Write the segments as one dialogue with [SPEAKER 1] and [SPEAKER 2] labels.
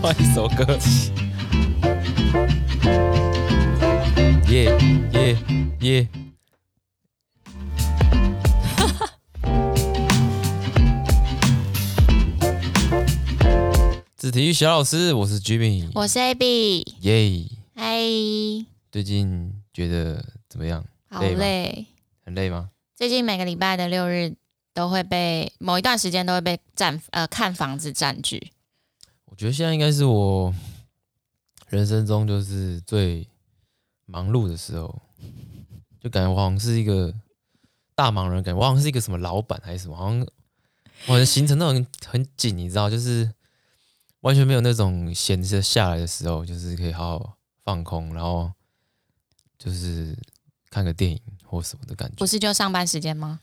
[SPEAKER 1] 换一首歌。耶耶 耶！是体育小老师，我是 Jimmy。
[SPEAKER 2] 我是 AB，
[SPEAKER 1] 耶！
[SPEAKER 2] 嗨，
[SPEAKER 1] 最近觉得怎么样？
[SPEAKER 2] 好
[SPEAKER 1] 累吗
[SPEAKER 2] 累。
[SPEAKER 1] 很累吗？
[SPEAKER 2] 最近每个礼拜的六日都会被某一段时间都会被占呃看房子占据，
[SPEAKER 1] 我觉得现在应该是我人生中就是最忙碌的时候，就感觉我好像是一个大忙人，感觉我好像是一个什么老板还是什么，好像我的行程都很很紧，你知道，就是完全没有那种闲着下来的时候，就是可以好好放空，然后就是看个电影或什么的感觉
[SPEAKER 2] 不。是就上班时间吗？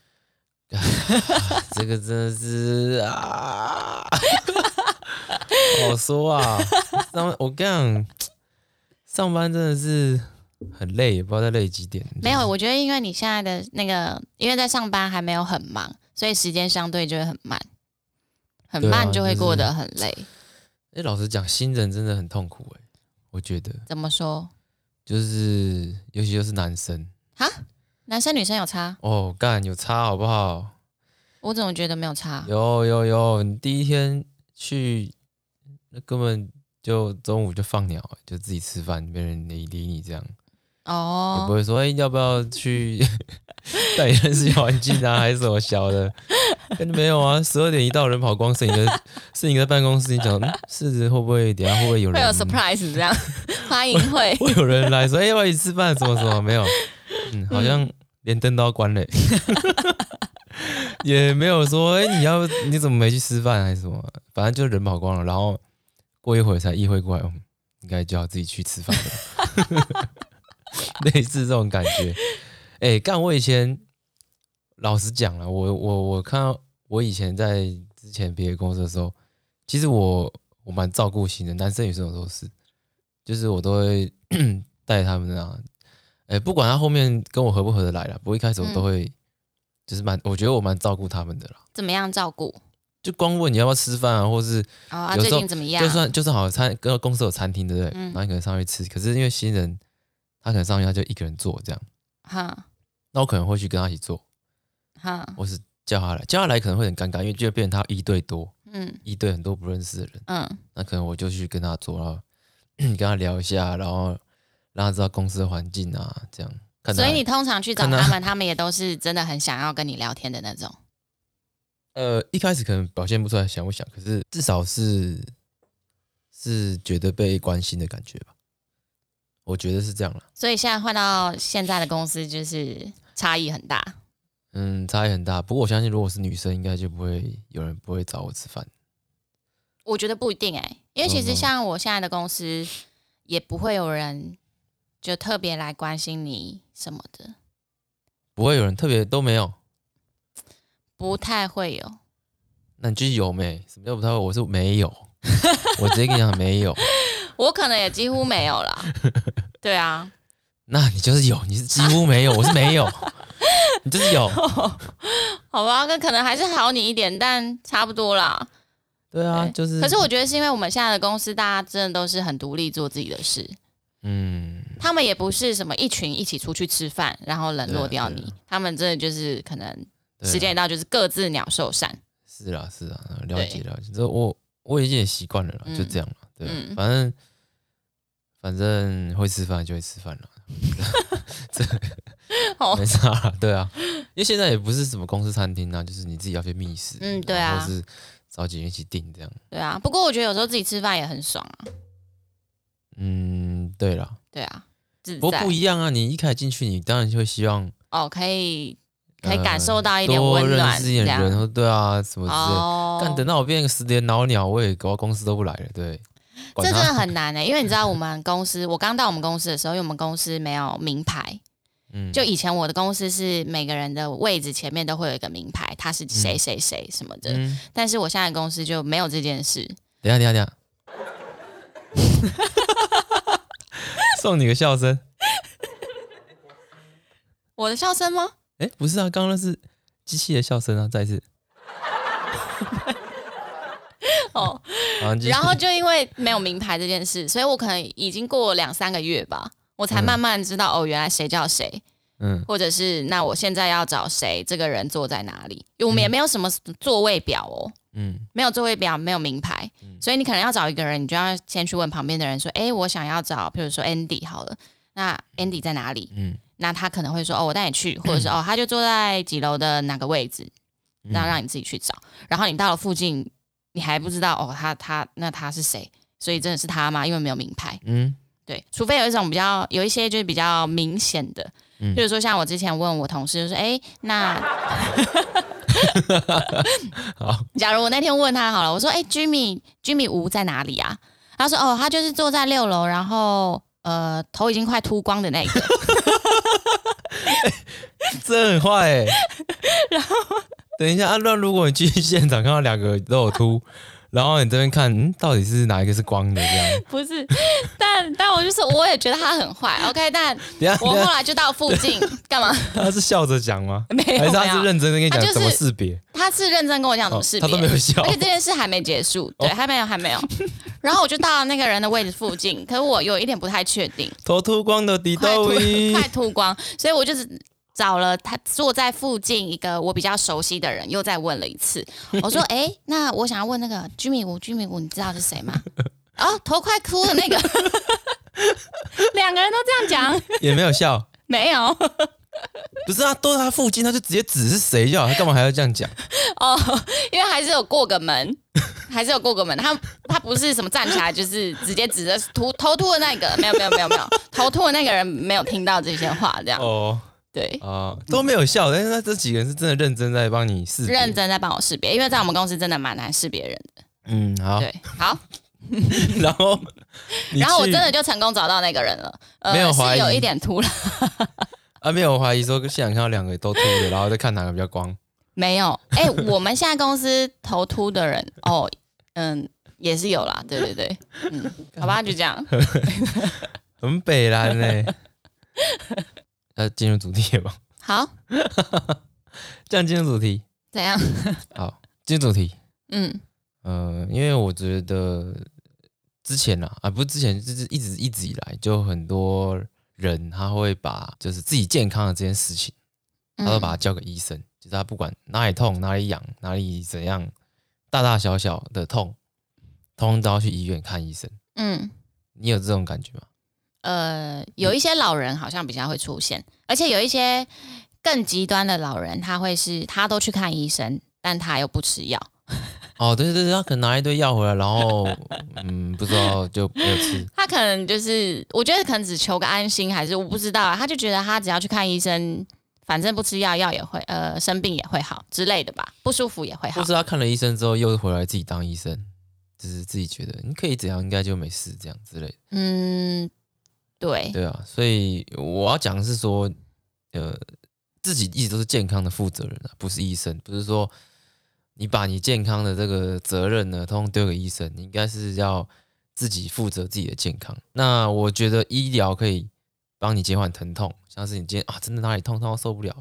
[SPEAKER 1] 这个真的是 啊，不好说啊。上我跟你讲，上班真的是很累，也不知道在累几点。
[SPEAKER 2] 没有，我觉得因为你现在的那个，因为在上班还没有很忙，所以时间相对就会很慢，很
[SPEAKER 1] 对啊
[SPEAKER 2] 慢就会
[SPEAKER 1] 就是
[SPEAKER 2] 过得很累。
[SPEAKER 1] 哎、老实讲，新人真的很痛苦哎、我觉得
[SPEAKER 2] 怎么说？
[SPEAKER 1] 就是，尤其就是男生
[SPEAKER 2] 男生女生有差？
[SPEAKER 1] 哦，干有差好不好？
[SPEAKER 2] 我怎么觉得没有差？
[SPEAKER 1] 有有有，你第一天去，那根本就中午就放鸟、哎就自己吃饭，没人理理你这样。也不
[SPEAKER 2] 哦，
[SPEAKER 1] 会说，哎、要不要 去带你认识环境啊，还是什么小 的？跟没有啊，十二点一到，人跑光，是你的，是你在办公室，你讲，嗯是会不会等一下会不会有
[SPEAKER 2] 会
[SPEAKER 1] 人
[SPEAKER 2] 有 surprise 这样， 欢迎会。
[SPEAKER 1] 会有人来说，哎、要不要一起吃饭？什么什么没有？嗯，好像连灯都要关了、 也没有说，哎、你要你怎么没去吃饭还是什么？反正就人跑光了，然后过一会儿才意会过来，嗯，应该就要自己去吃饭了， 类似这种感觉。 哎、干我以前老实讲了，我我我看到我以前在之前别的公司的时候，其实我我蛮照顾新人，男生女生我都是，就是我都会 带他们啊，哎、不管他后面跟我合不合得来啦，不过一开始我都会、就是蛮，我觉得我蛮照顾他们的啦，
[SPEAKER 2] 怎么样照顾？
[SPEAKER 1] 就光问你要不要吃饭啊，或是
[SPEAKER 2] 哦，啊、
[SPEAKER 1] 有
[SPEAKER 2] 最
[SPEAKER 1] 时候
[SPEAKER 2] 近怎么样？
[SPEAKER 1] 就算就算好餐跟公司有餐厅对不对？
[SPEAKER 2] 嗯
[SPEAKER 1] 然后你可能上去吃，可是因为新人他可能上去他就一个人坐这样，
[SPEAKER 2] 哈
[SPEAKER 1] 那我可能会去跟他一起坐，
[SPEAKER 2] 哈，
[SPEAKER 1] 或是叫他来，叫他来可能会很尴尬，因为就会变成他一对多，
[SPEAKER 2] 嗯
[SPEAKER 1] 一对很多不认识的人。
[SPEAKER 2] 嗯
[SPEAKER 1] 那可能我就去跟他做，然后 跟他聊一下，然后让他知道公司的环境啊，这样。看他
[SPEAKER 2] 所以你通常去找
[SPEAKER 1] 看他
[SPEAKER 2] 他们，他们也都是真的很想要跟你聊天的那种。
[SPEAKER 1] 呃一开始可能表现不出来想不想，可是至少是是觉得被关心的感觉吧。我觉得是这样啦，
[SPEAKER 2] 所以现在换到现在的公司，就是差异很大。
[SPEAKER 1] 嗯，差异很大。不过我相信，如果是女生，应该就不会有人不会找我吃饭。
[SPEAKER 2] 我觉得不一定哎、因为其
[SPEAKER 1] 嗯
[SPEAKER 2] 实
[SPEAKER 1] 嗯
[SPEAKER 2] 像我现在的公司，也不会有人就特别来关心你什么的，
[SPEAKER 1] 不会有人特别都没有。
[SPEAKER 2] 不太会有。
[SPEAKER 1] 那你就是有没？什么叫不太会？我是没有， 我直接跟你讲没有。
[SPEAKER 2] 我可能也几乎没有啦。对啊，
[SPEAKER 1] 那你就是有，你是几乎没有，我是没有， 你就是有。
[SPEAKER 2] 好吧，那可能还是好你一点，但差不多啦。
[SPEAKER 1] 对啊，
[SPEAKER 2] 对
[SPEAKER 1] 就是。
[SPEAKER 2] 可是我觉得是因为我们现在的公司，大家真的都是很独立做自己的事，
[SPEAKER 1] 嗯，
[SPEAKER 2] 他们也不是什么一群一起出去吃饭，然后冷落掉
[SPEAKER 1] 对啊
[SPEAKER 2] 你，他们真的就是可能
[SPEAKER 1] 对啊
[SPEAKER 2] 时间一到就是各自鸟兽散。
[SPEAKER 1] 是啦是啦，了解
[SPEAKER 2] 对
[SPEAKER 1] 了解。这我我已经也习惯了啦，
[SPEAKER 2] 嗯
[SPEAKER 1] 就这样了。对啊，
[SPEAKER 2] 嗯
[SPEAKER 1] 反正反正会吃饭就会吃饭 了，
[SPEAKER 2] 哦
[SPEAKER 1] 没，啥啦。对啊，因为现在也不是什么公司餐厅啊，就是你自己要去觅食，
[SPEAKER 2] 嗯对啊
[SPEAKER 1] 或是找几个人一起订这样。
[SPEAKER 2] 对啊，不过我觉得有时候自己吃饭也很爽啊，
[SPEAKER 1] 嗯，对啦，
[SPEAKER 2] 对啊，自
[SPEAKER 1] 不过
[SPEAKER 2] 在
[SPEAKER 1] 不一样啊，你一开始进去，你当然就会希望
[SPEAKER 2] 哦，可以可以
[SPEAKER 1] 呃
[SPEAKER 2] 感受到一点温
[SPEAKER 1] 多
[SPEAKER 2] 暖，
[SPEAKER 1] 呃认识一点
[SPEAKER 2] 这样
[SPEAKER 1] 人，或对啊，什么之类的。
[SPEAKER 2] 哦，
[SPEAKER 1] 但等到我变个十年老鸟，我也搞到公司都不来了，对，管
[SPEAKER 2] 这真
[SPEAKER 1] 他
[SPEAKER 2] 的很难欸呢、因为你知道我们公司，我刚到我们公司的时候，因为我们公司没有名牌，
[SPEAKER 1] 嗯
[SPEAKER 2] 就以前我的公司是每个人的位置前面都会有一个名牌，他是谁谁谁什么的，
[SPEAKER 1] 嗯，
[SPEAKER 2] 但是我现在的公司就没有这件事，
[SPEAKER 1] 等一下等一下 等一下，送你个笑声。
[SPEAKER 2] 我的笑声吗？
[SPEAKER 1] 哎，不是啊，刚刚那是机器的笑声啊，再一次。
[SPEAKER 2] 哦，
[SPEAKER 1] 好 像就是
[SPEAKER 2] 然后就因为没有名牌这件事，所以我可能已经过了两三个月吧，我才
[SPEAKER 1] 嗯
[SPEAKER 2] 慢慢知道、哦，原来谁叫谁，
[SPEAKER 1] 嗯
[SPEAKER 2] 或者是那我现在要找谁，这个人坐在哪里，因为我们也没有什么座位表哦，
[SPEAKER 1] 嗯
[SPEAKER 2] 没有座位表，没有名牌，
[SPEAKER 1] 嗯
[SPEAKER 2] 所以你可能要找一个人，你就要先去问旁边的人说，哎，我想要找，比如说 Andy 好了，那 Andy 在哪里？
[SPEAKER 1] 嗯，
[SPEAKER 2] 那他可能会说，哦，我带你去，或者是哦，他就坐在几楼的哪个位置，
[SPEAKER 1] 嗯
[SPEAKER 2] 那让你自己去找。然后你到了附近，你还不知道哦，他他那他是谁，所以真的是他吗？因为没有名牌，
[SPEAKER 1] 嗯
[SPEAKER 2] 对，除非有一种比较有一些就是比较明显的，
[SPEAKER 1] 嗯
[SPEAKER 2] 比如说像我之前问我同事，就说，哎，那
[SPEAKER 1] 好，
[SPEAKER 2] 假如我那天问他好了，我说，哎，Jimmy Jimmy 吴在哪里啊？他说，哦，他就是坐在六楼，然后呃，头已经快秃光的那个。
[SPEAKER 1] 这很坏 哎、等一下，啊，那如果你去现场看到两个都有 秃，然后你这边看，嗯，到底是哪一个是光的这 样？
[SPEAKER 2] 不是，但但我就是我也觉得他很坏，OK，但
[SPEAKER 1] 等一下，
[SPEAKER 2] 我
[SPEAKER 1] 等一
[SPEAKER 2] 后
[SPEAKER 1] 下，
[SPEAKER 2] 来就到附近干嘛？
[SPEAKER 1] 他是笑着讲吗？
[SPEAKER 2] 没有
[SPEAKER 1] 还是
[SPEAKER 2] 没
[SPEAKER 1] 他是
[SPEAKER 2] 有，
[SPEAKER 1] 认真的跟你
[SPEAKER 2] 他
[SPEAKER 1] 讲
[SPEAKER 2] 就是
[SPEAKER 1] 怎么识别？
[SPEAKER 2] 他是认真跟我讲怎
[SPEAKER 1] 哦
[SPEAKER 2] 么识
[SPEAKER 1] 他
[SPEAKER 2] 别，
[SPEAKER 1] 都没有笑哦
[SPEAKER 2] 而，且这件事还没结束，对，还没有还没 有。然后我就到那个人的位置附近，可是我有一点不太确定，
[SPEAKER 1] 头秃光的迪
[SPEAKER 2] 快
[SPEAKER 1] 豆
[SPEAKER 2] 秃
[SPEAKER 1] 威，
[SPEAKER 2] 快秃光，所以我就是找了他坐在附近一个我比较熟悉的人，又再问了 一次。我说：“哎、那我想要问那个居米谷，居米谷，你知道是谁 吗？”哦，头快秃的那个，两个人都这样讲，
[SPEAKER 1] 也没有笑。
[SPEAKER 2] 没有
[SPEAKER 1] 不是啊，都在他附近，他就直接指是谁就好，他干嘛还要这样 讲？
[SPEAKER 2] 哦，因为还是有过个门，还是有过个门。他他不是什么站起来，就是直接指着秃头秃的那个，没有没有没有没有，头秃的那个人没有听到这些话，这样
[SPEAKER 1] 哦
[SPEAKER 2] 对。
[SPEAKER 1] 啊、都没有笑，但是他这几个人是真的认真在帮你试。
[SPEAKER 2] 认真在帮我识别，因为在我们公司真的蛮难识别人的。
[SPEAKER 1] 嗯，好。
[SPEAKER 2] 对，好，
[SPEAKER 1] 然后你去，
[SPEAKER 2] 然后我真的就成功找到那个人了，呃
[SPEAKER 1] 没有怀
[SPEAKER 2] 是
[SPEAKER 1] 疑
[SPEAKER 2] 有一点秃了，
[SPEAKER 1] 啊，没有怀疑说现场看到两个都秃的，然后再看哪个比较光。
[SPEAKER 2] 没有。哎、我们现在公司头秃的人，哦，嗯，也是有啦，对对对，嗯，好吧，就这样。
[SPEAKER 1] 很北蓝呢、呃，进入主题了吧，
[SPEAKER 2] 好，
[SPEAKER 1] 这样进入主题。
[SPEAKER 2] 怎样？
[SPEAKER 1] 好，进入主题。
[SPEAKER 2] 嗯
[SPEAKER 1] 呃，因为我觉得之前啊，啊，不是之前，就是一直一直以来，就很多人他会把就是自己健康的这件事情，他
[SPEAKER 2] 嗯，
[SPEAKER 1] 都把它交给医生，就是他不管哪里痛、哪里痒、哪里怎样，大大小小的痛，通通都要去医院看医生。
[SPEAKER 2] 嗯，
[SPEAKER 1] 你有这种感觉吗？
[SPEAKER 2] 呃，有一些老人好像比较会出现，而且有一些更极端的老人，他会是他都去看医生，但他又不吃药。
[SPEAKER 1] 哦，对对对，他可能拿一堆药回来，然后嗯，不知道就没有吃。
[SPEAKER 2] 他可能就是，我觉得可能只求个安心，还是我不知道啊。他就觉得他只要去看医生，反正不吃药，药也会呃生病也会好之类的吧，不舒服也会好
[SPEAKER 1] 或。是他看了医生之后又回来自己当医生，就是自己觉得你可以怎样，应该就没事这样之类的。
[SPEAKER 2] 嗯，对，
[SPEAKER 1] 对啊，所以我要讲的是说，呃，自己一直都是健康的负责人啊，不是医生，不是说你把你健康的这个责任呢，通通丢给医生，你应该是要自己负责自己的健康。那我觉得医疗可以帮你减缓疼痛，像是你今天啊真的哪里痛痛到受不了，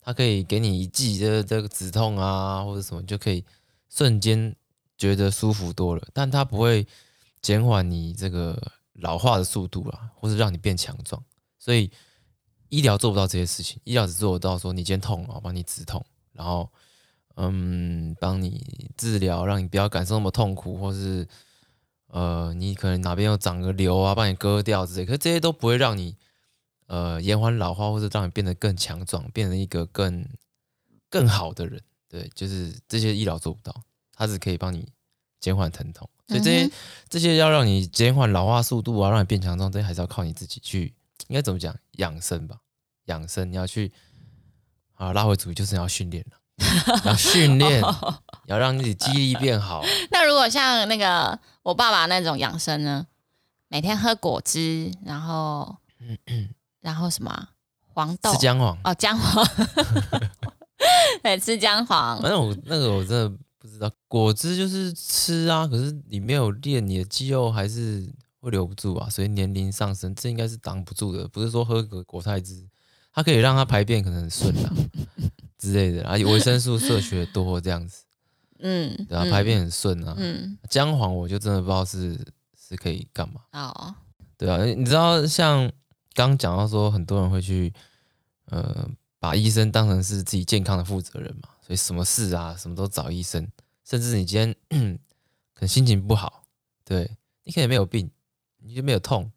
[SPEAKER 1] 它可以给你一剂的这个止痛啊或者什么，你就可以瞬间觉得舒服多了，但它不会减缓你这个老化的速度啦，或是让你变强壮。所以医疗做不到这些事情，医疗只做得到说你今天痛了，我帮你止痛，然后嗯，帮你治疗，让你不要感受那么痛苦，或是呃，你可能哪边又长个瘤啊，帮你割掉之类。可是这些都不会让你呃延缓老化，或者让你变得更强壮，变成一个更更好的人。对，就是这些医疗做不到，它只可以帮你减缓疼痛。所以这些、
[SPEAKER 2] 嗯哼
[SPEAKER 1] 这些要让你减缓老化速度啊，让你变强壮，这些还是要靠你自己去，应该怎么讲养生吧？养生你要去啊，拉回主题就是你要训 练了，你要训练。
[SPEAKER 2] 哦
[SPEAKER 1] 要让自己记忆力变 好。
[SPEAKER 2] 那如果像那个我爸爸那种养生呢，每天喝果汁，然后然后什么啊黄豆
[SPEAKER 1] 吃姜黄，
[SPEAKER 2] 哦姜黄， 对，吃姜黄
[SPEAKER 1] 反。正我那个我真的不知道，果汁就是吃啊，可是你没有练，你的肌肉还是会留不住啊。所以年龄上升，这应该是挡不住的。不是说喝个果菜汁，它可以啊让它排便可能很顺啊之类的，而且维生素摄取得多这样子。
[SPEAKER 2] 嗯，
[SPEAKER 1] 对啊，
[SPEAKER 2] 嗯
[SPEAKER 1] 排便很顺啊。
[SPEAKER 2] 嗯，
[SPEAKER 1] 姜黄我就真的不知道是是可以干嘛。
[SPEAKER 2] 哦，
[SPEAKER 1] 对啊，你知道像刚讲到说，很多人会去呃把医生当成是自己健康的负责人嘛，所以什么事啊，什么都找医生。甚至你今天 可能心情不好，对你可能没有病，你就没有痛，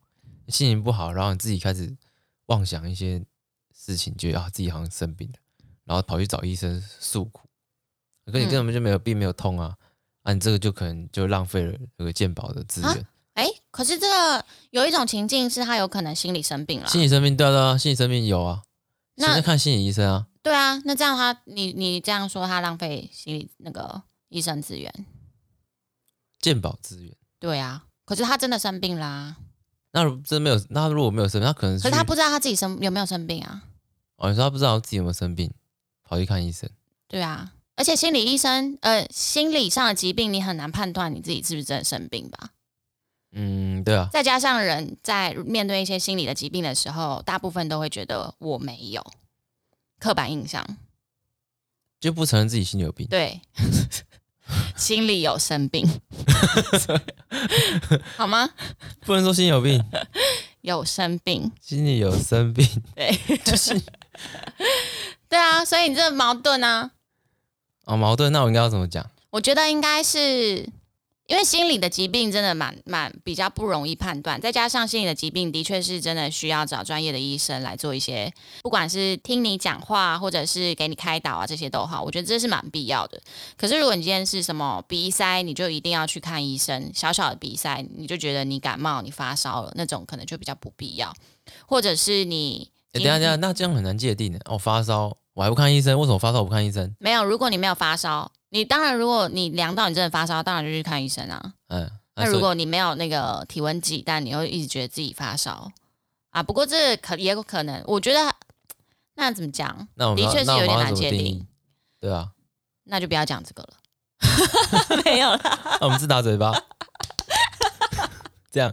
[SPEAKER 1] 你心情不好，然后你自己开始妄想一些事情，觉得啊自己好像生病了，然后跑去找医生诉苦，可是你
[SPEAKER 2] 嗯
[SPEAKER 1] 根本就没有病，没有痛啊，啊你这个就可能就浪费了这个健保的资
[SPEAKER 2] 啊
[SPEAKER 1] 源。
[SPEAKER 2] 哎，可是这个有一种情境是他有可能心理生病了，
[SPEAKER 1] 心理生病，对啊对啊，心理生病有啊，现
[SPEAKER 2] 那
[SPEAKER 1] 在看心理医生啊，
[SPEAKER 2] 对啊，那这样他你你这样说他浪费心理那个医生资源，
[SPEAKER 1] 健保资源。
[SPEAKER 2] 对啊，可是他真的生病啦、
[SPEAKER 1] 那如真没有，那如果没有生病，他可能
[SPEAKER 2] 可是他
[SPEAKER 1] 去
[SPEAKER 2] 不知道他自己生有没有生病啊，
[SPEAKER 1] 哦，你说他不知道自己有没有生病，跑去看医生，
[SPEAKER 2] 对啊，而且心理医生呃心理上的疾病你很难判断你自己是不是真的生病吧，
[SPEAKER 1] 嗯，对啊，
[SPEAKER 2] 再加上人在面对一些心理的疾病的时候，大部分都会觉得我没有刻板印象，
[SPEAKER 1] 就不承认自己心里有病，
[SPEAKER 2] 对， 心里有生 病，好吗？
[SPEAKER 1] 不能说心里有病，
[SPEAKER 2] 有生病，
[SPEAKER 1] 心里有生病，
[SPEAKER 2] 对，
[SPEAKER 1] 就是
[SPEAKER 2] 对啊，所以你这矛盾啊，
[SPEAKER 1] 哦矛盾。那我应该要怎么讲？
[SPEAKER 2] 我觉得应该是因为心理的疾病真的蛮蛮比较不容易判断，再加上心理的疾病的确是真的需要找专业的医生来做一些，不管是听你讲话或者是给你开导啊这些都好，我觉得这是蛮必要的。可是如果你今天是什么鼻塞，你就一定要去看医生，小小的鼻塞你就觉得你感冒你发烧了那种，可能就比较不必要，或者是你。
[SPEAKER 1] 哎，等一下等一下，那这样很难界定的。哦，发烧我还不看医生，为什么发烧我不看医生？
[SPEAKER 2] 没有，如果你没有发烧，你当然如果你量到你真的发烧，当然就去看医生啊。
[SPEAKER 1] 嗯，
[SPEAKER 2] 那
[SPEAKER 1] 所以
[SPEAKER 2] 如果你没有那个体温计，但你又一直觉得自己发烧啊，不过这可也有可能，我觉得那怎么讲，
[SPEAKER 1] 那我们
[SPEAKER 2] 的
[SPEAKER 1] 要
[SPEAKER 2] 确是
[SPEAKER 1] 那我们
[SPEAKER 2] 有点
[SPEAKER 1] 要
[SPEAKER 2] 难
[SPEAKER 1] 怎么
[SPEAKER 2] 界
[SPEAKER 1] 定
[SPEAKER 2] 定
[SPEAKER 1] 义，对啊，
[SPEAKER 2] 那就不要讲这个了。 没有啦，
[SPEAKER 1] 那啊我们自打嘴巴，这样，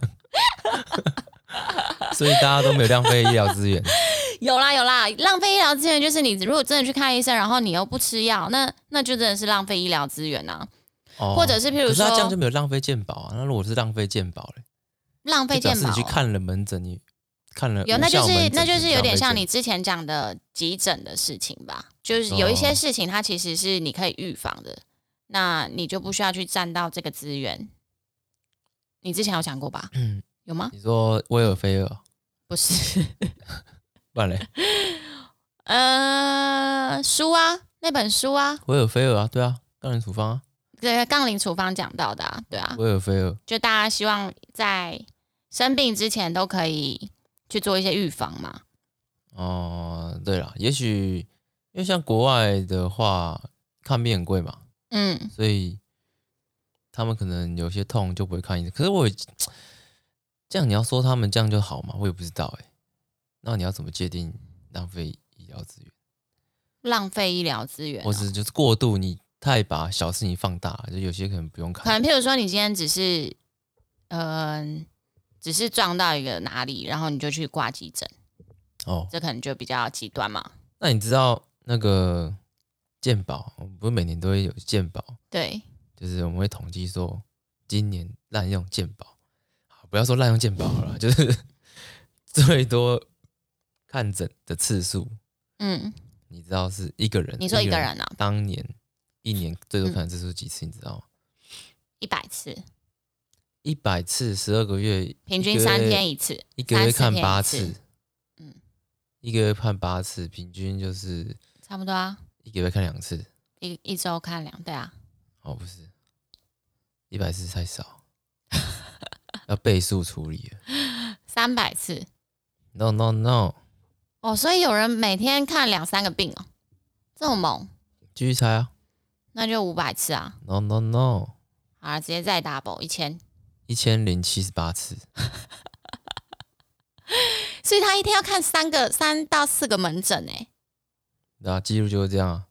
[SPEAKER 1] 所以大家都没有浪费医疗资源。
[SPEAKER 2] 有啦有啦，浪费医疗资源就是你如果真的去看医生，然后你又不吃药，那那就真的是浪费医疗资源啊，
[SPEAKER 1] 哦
[SPEAKER 2] 或者是譬
[SPEAKER 1] 可
[SPEAKER 2] 如
[SPEAKER 1] 是他这样就
[SPEAKER 2] 说
[SPEAKER 1] 没有浪费健保啊。那如果是浪费健保嘞，
[SPEAKER 2] 浪费
[SPEAKER 1] 就表
[SPEAKER 2] 健
[SPEAKER 1] 示
[SPEAKER 2] 保
[SPEAKER 1] 你去
[SPEAKER 2] 哦、
[SPEAKER 1] 看了门诊，你看了
[SPEAKER 2] 有，那
[SPEAKER 1] 无效
[SPEAKER 2] 就是
[SPEAKER 1] 门诊
[SPEAKER 2] 那就是有点像
[SPEAKER 1] 浪费
[SPEAKER 2] 你
[SPEAKER 1] 健
[SPEAKER 2] 之前讲的急诊的事情吧，就是有一些事情它其实是你可以预防的，那你就不需要去占到这个资源。你之前有讲过吧？有吗
[SPEAKER 1] 保。？你说威尔菲尔，
[SPEAKER 2] 不是，
[SPEAKER 1] 不然嘞，
[SPEAKER 2] 呃，书啊，那本书啊，
[SPEAKER 1] 威尔菲尔啊，对啊，当然处方啊，
[SPEAKER 2] 这个杠铃处方讲到的、啊，对啊，
[SPEAKER 1] 威尔菲尔，
[SPEAKER 2] 就大家希望在生病之前都可以去做一些预防嘛。
[SPEAKER 1] 哦，对了，也许因为像国外的话，看病很贵嘛，
[SPEAKER 2] 嗯，
[SPEAKER 1] 所以他们可能有些痛就不会看医生。可是我也这样，你要说他们这样就好吗？我也不知道哎、那你要怎么界定浪费医疗资源？
[SPEAKER 2] 浪费医疗资源哦、
[SPEAKER 1] 或是就是过度，你太把小事情放大，就有些可能不用
[SPEAKER 2] 可
[SPEAKER 1] 看。
[SPEAKER 2] 能譬如说你今天只是，嗯、只是撞到一个哪里，然后你就去挂急诊，
[SPEAKER 1] 哦，
[SPEAKER 2] 这可能就比较极端嘛。
[SPEAKER 1] 那你知道那个健保，我们不是每年都会有健保，
[SPEAKER 2] 对，
[SPEAKER 1] 就是我们会统计说今年滥用健保，好不要说滥用健保好了，就是 最多看诊的次数，
[SPEAKER 2] 嗯，
[SPEAKER 1] 你知道是一个人？
[SPEAKER 2] 你说一个人嗯啊
[SPEAKER 1] 当年一年最多看的次数几次？你知道吗？
[SPEAKER 2] 一百次，
[SPEAKER 1] 一百次，十二个月，
[SPEAKER 2] 平均三
[SPEAKER 1] 一个月
[SPEAKER 2] 天一次，
[SPEAKER 1] 一个月
[SPEAKER 2] 30
[SPEAKER 1] 看
[SPEAKER 2] 天
[SPEAKER 1] 八
[SPEAKER 2] 一次
[SPEAKER 1] 次，
[SPEAKER 2] 嗯
[SPEAKER 1] 一个月看八次，平均就是
[SPEAKER 2] 差不多啊，
[SPEAKER 1] 一个月看两次。
[SPEAKER 2] 一一周看两，对啊，
[SPEAKER 1] 哦，不是，一百次太少， 要倍数处理了。
[SPEAKER 2] 三百次
[SPEAKER 1] No no no，
[SPEAKER 2] 哦，所以有人每天看两三个病哦，这么猛，
[SPEAKER 1] 继续猜啊。
[SPEAKER 2] 那就五百次啊，
[SPEAKER 1] No no no，
[SPEAKER 2] 好了，直接再 double 一千，
[SPEAKER 1] 一千零七十八次。
[SPEAKER 2] 所以他一天要看三个三到四个门诊欸诶、
[SPEAKER 1] 对啊，记录就是这样啊。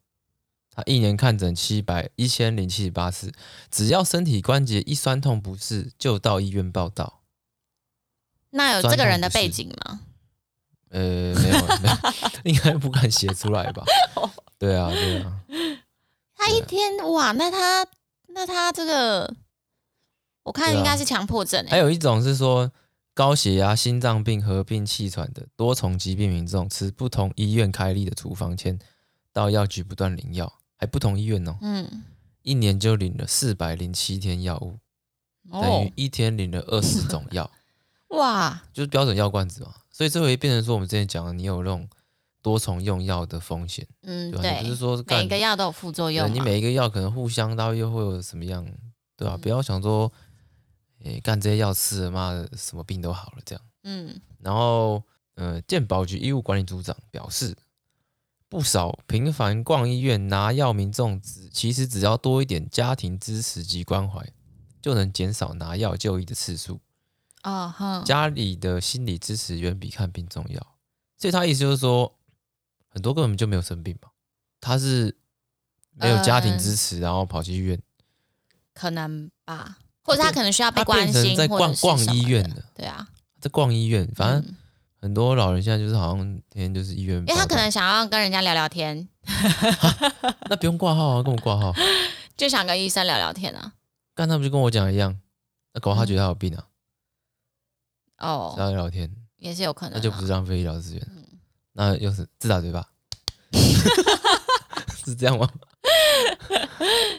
[SPEAKER 1] 他一年看诊七百一千零七十八次，只要身体关节一酸痛不适，就到医院报道。
[SPEAKER 2] 那有这个人的
[SPEAKER 1] 酸痛不适
[SPEAKER 2] 背景吗？
[SPEAKER 1] 呃，没有，没有应该不敢写出来吧？对啊，对啊，
[SPEAKER 2] 他一天哇，那他那他这个，我看
[SPEAKER 1] 对啊
[SPEAKER 2] 应该是强迫症哎、
[SPEAKER 1] 还有一种是说高血压、心脏病、合并气喘的多重疾病民众，持不同医院开立的处方签到药局不断领药，还不同医院哦，
[SPEAKER 2] 嗯，
[SPEAKER 1] 一年就领了四百零七天药物，等
[SPEAKER 2] 哦
[SPEAKER 1] 于，一天领了二十种药，
[SPEAKER 2] 哇，
[SPEAKER 1] 就是标准药罐子嘛。所以这回变成说我们之前讲的，你有那种多重用药的风险，
[SPEAKER 2] 嗯，
[SPEAKER 1] 对吧？啊你不
[SPEAKER 2] 对
[SPEAKER 1] 是，说干
[SPEAKER 2] 每个药都有副作
[SPEAKER 1] 对
[SPEAKER 2] 用嘛，
[SPEAKER 1] 你每一个药可能互相到又会有什么样，对吧、
[SPEAKER 2] 嗯
[SPEAKER 1] 不要想说，诶、干这些药吃了，妈的什么病都好了这样。
[SPEAKER 2] 嗯
[SPEAKER 1] 然后，呃，健保局医务管理组长表示，不少频繁逛医院拿药民众只，其实只要多一点家庭支持及关怀，就能减少拿药就医的次数。
[SPEAKER 2] 哦哼，
[SPEAKER 1] 家里的心理支持远比看病重要。所以他意思就是说，很多根本就没有生病嘛，他是没有家庭支
[SPEAKER 2] 嗯
[SPEAKER 1] 持，然后跑去医院，
[SPEAKER 2] 可能吧，或者他可能需要被关
[SPEAKER 1] 他变成
[SPEAKER 2] 心，
[SPEAKER 1] 在
[SPEAKER 2] 或
[SPEAKER 1] 逛
[SPEAKER 2] 者是
[SPEAKER 1] 逛
[SPEAKER 2] 什么
[SPEAKER 1] 医院
[SPEAKER 2] 的，
[SPEAKER 1] 的，
[SPEAKER 2] 对啊，
[SPEAKER 1] 在逛医院。反正
[SPEAKER 2] 嗯
[SPEAKER 1] 很多老人现在就是好像天天就是医院，
[SPEAKER 2] 因为他可能想要跟人家聊聊天，
[SPEAKER 1] 那不用挂号啊，跟我挂号，
[SPEAKER 2] 就想跟医生聊聊天啊，
[SPEAKER 1] 刚他不就跟我讲的一样，那搞不好他觉得他有病啊，只
[SPEAKER 2] 哦，
[SPEAKER 1] 要聊天，
[SPEAKER 2] 也是有可能、
[SPEAKER 1] 那
[SPEAKER 2] 啊，
[SPEAKER 1] 就不是浪费医疗资源
[SPEAKER 2] 嗯，
[SPEAKER 1] 那又是自打嘴 巴， 是这样吗？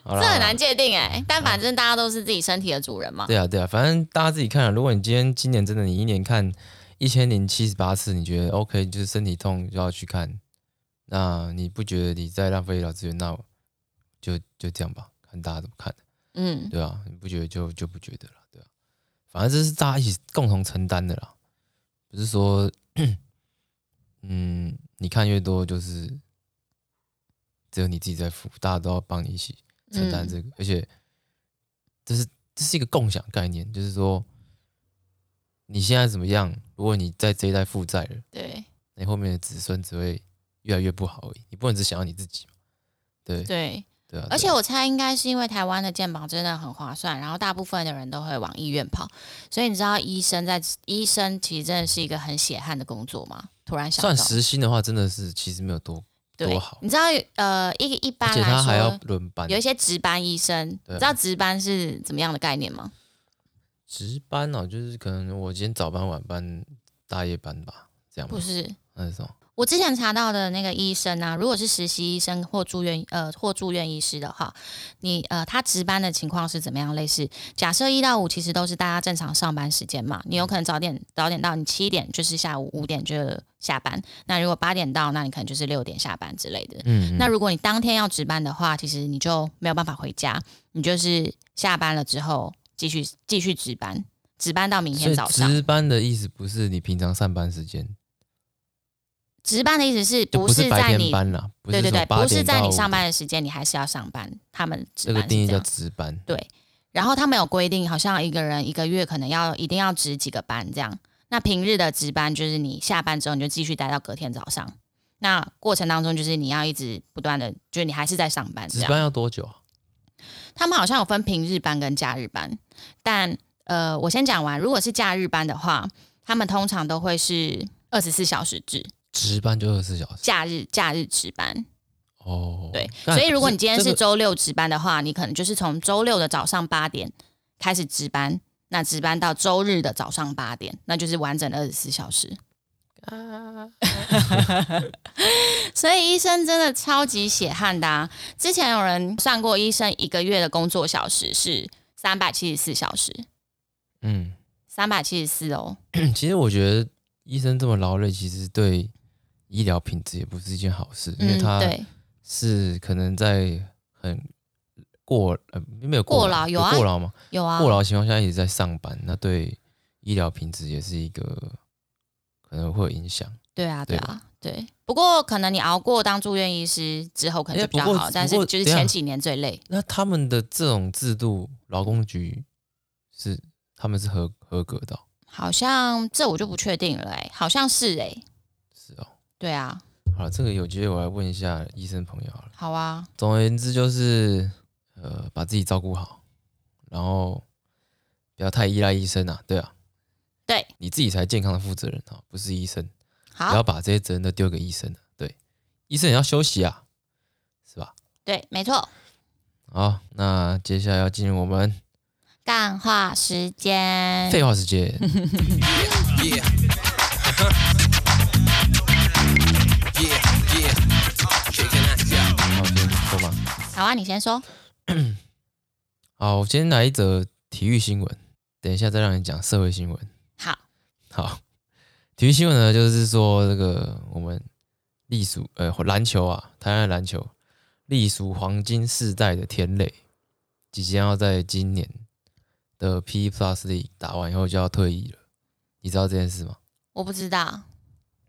[SPEAKER 1] 好啦好
[SPEAKER 2] 这
[SPEAKER 1] 啦嗯
[SPEAKER 2] 很难界定哎、但反正大家都是自己身体的主人嘛，
[SPEAKER 1] 对啊，对啊，反正大家自己看、啊。如果你今天今年真的你一年看一千零七十八次，你觉得 OK，就是身体痛就要去看。那你不觉得你在浪费医疗资源？那我就就这样吧，看大家怎么看，
[SPEAKER 2] 嗯
[SPEAKER 1] 对啊，你不觉得就就不觉得了，对啊。反正这是大家一起共同承担的啦，不是说，嗯，你看越多就是只有你自己在付，大家都要帮你一起承担
[SPEAKER 2] 嗯
[SPEAKER 1] 这个，而且这是这是一个共享概念，就是说你现在怎么样，如果你在这一代负债了，
[SPEAKER 2] 对
[SPEAKER 1] 你后面的子孙只会越来越不好而已。你不能只想要你自己嘛，对
[SPEAKER 2] 对。
[SPEAKER 1] 对啊，
[SPEAKER 2] 而且
[SPEAKER 1] 对啊
[SPEAKER 2] 我猜应该是因为台湾的健保真的很划算，然后大部分的人都会往医院跑，所以你知道医生在医生其实真的是一个很血汗的工作嘛。突然想到，
[SPEAKER 1] 算时薪的话，真的是其实没有多，
[SPEAKER 2] 对
[SPEAKER 1] 多好，
[SPEAKER 2] 你知道呃，一一
[SPEAKER 1] 而
[SPEAKER 2] 般
[SPEAKER 1] 且他还
[SPEAKER 2] 来
[SPEAKER 1] 要
[SPEAKER 2] 说，
[SPEAKER 1] 轮班
[SPEAKER 2] 有，一些值班医生，你
[SPEAKER 1] 对啊嗯
[SPEAKER 2] 知道值班是怎么样的概念吗？
[SPEAKER 1] 值班哦，就是可能我今天早班、晚班、大夜班吧，这样吗
[SPEAKER 2] 不是，
[SPEAKER 1] 那是什么？
[SPEAKER 2] 我之前查到的那个医生啊，如果是实习医生或住院呃或住院医师的话，你呃他值班的情况是怎么样？类似假设一到五其实都是大家正常上班时间嘛，你有可能早点早点到，你七点就是下午五点就下班。那如果八点到，那你可能就是六点下班之类的。
[SPEAKER 1] 嗯，
[SPEAKER 2] 那
[SPEAKER 1] 嗯
[SPEAKER 2] 如果你当天要值班的话，其实你就没有办法回家，你就是下班了之后继续继续值班，值班到明
[SPEAKER 1] 所
[SPEAKER 2] 天
[SPEAKER 1] 以
[SPEAKER 2] 早上。
[SPEAKER 1] 值班的意思不是你平常上班时间，
[SPEAKER 2] 值班的意思是
[SPEAKER 1] 就
[SPEAKER 2] 不
[SPEAKER 1] 不是
[SPEAKER 2] 是在
[SPEAKER 1] 白
[SPEAKER 2] 你
[SPEAKER 1] 天班啦，不是
[SPEAKER 2] 对对
[SPEAKER 1] 什么
[SPEAKER 2] 对，
[SPEAKER 1] 8
[SPEAKER 2] 不是
[SPEAKER 1] 点
[SPEAKER 2] 在
[SPEAKER 1] 到
[SPEAKER 2] 你
[SPEAKER 1] 5
[SPEAKER 2] 上
[SPEAKER 1] 点
[SPEAKER 2] 班的时间，你还是要上班。他们值
[SPEAKER 1] 这个
[SPEAKER 2] 班是
[SPEAKER 1] 定义
[SPEAKER 2] 这
[SPEAKER 1] 叫
[SPEAKER 2] 样，
[SPEAKER 1] 值班，
[SPEAKER 2] 然后他们有规定，好像一个人一个月可能要一定要值几个班这样。那平日的值班就是你下班之后你就继续待到隔天早上。那过程当中就是你要一直不断的，就是你还是在上班这
[SPEAKER 1] 值
[SPEAKER 2] 样。
[SPEAKER 1] 班要多久啊？
[SPEAKER 2] 他们好像有分平日班跟假日班，但呃，我先讲完。如果是假日班的话，他们通常都会是二十四小时制，
[SPEAKER 1] 值班就二十四小时
[SPEAKER 2] 假日假日值班。
[SPEAKER 1] 哦。
[SPEAKER 2] 对，
[SPEAKER 1] 干
[SPEAKER 2] 所以如果你今天
[SPEAKER 1] 这
[SPEAKER 2] 是
[SPEAKER 1] 个
[SPEAKER 2] 周六值班的话，你可能就是从周六的早上八点开始值班，那值班到周日的早上八点，那就是完整的二十四小时。 所以医生真的超级血汗的、啊。之前有人算过，医生一个月的工作小时是三百七十四小时，
[SPEAKER 1] 嗯，
[SPEAKER 2] 三百七十四哦。
[SPEAKER 1] 其实我觉得医生这么劳累，其实对医疗品质也不是一件好事，因为
[SPEAKER 2] 嗯，
[SPEAKER 1] 他
[SPEAKER 2] 对，
[SPEAKER 1] 是可能在很过呃没有
[SPEAKER 2] 过劳
[SPEAKER 1] 劳
[SPEAKER 2] 有啊
[SPEAKER 1] 过劳吗？
[SPEAKER 2] 有啊
[SPEAKER 1] 过，劳的情况下一直在上班，那对医疗品质也是一个可能会有影响。
[SPEAKER 2] 对啊，对
[SPEAKER 1] 对
[SPEAKER 2] 啊，对。不过可能你熬过当住院医师之后，可能
[SPEAKER 1] 哎
[SPEAKER 2] 就比较
[SPEAKER 1] 不过
[SPEAKER 2] 好，但是
[SPEAKER 1] 不过
[SPEAKER 2] 就是
[SPEAKER 1] 等一下
[SPEAKER 2] 前几年最累。
[SPEAKER 1] 那他们的这种制度，劳工局是他们是合合格的哦、
[SPEAKER 2] 好像这我就不确定了、欸，好像是哎、
[SPEAKER 1] 是哦。
[SPEAKER 2] 对啊，
[SPEAKER 1] 好了，这个有机会我来问一下医生朋友好了。
[SPEAKER 2] 好啊，
[SPEAKER 1] 总而言之就是，呃，把自己照顾好，然后不要太依赖医生啊，对啊，
[SPEAKER 2] 对，
[SPEAKER 1] 你自己才健康的负责人啊，不是医生，不要
[SPEAKER 2] 好，
[SPEAKER 1] 把这些责任都丢给医生啊对，医生也要休息啊，是吧？
[SPEAKER 2] 对，没错，
[SPEAKER 1] 好，那接下来要进入我们
[SPEAKER 2] 干话时间，
[SPEAKER 1] 废话时间。那我先说吧。
[SPEAKER 2] 好啊，你先说。
[SPEAKER 1] 好，我先来一则体育新闻，等一下再让你讲社会新闻。
[SPEAKER 2] 好，
[SPEAKER 1] 好，体育新闻呢，就是说这个我们隶属呃篮球啊，台湾的篮球隶属黄金世代的田磊，即将要在今年的 P E Plus League 打完以后就要退役了。你知道这件事吗？
[SPEAKER 2] 我不知道，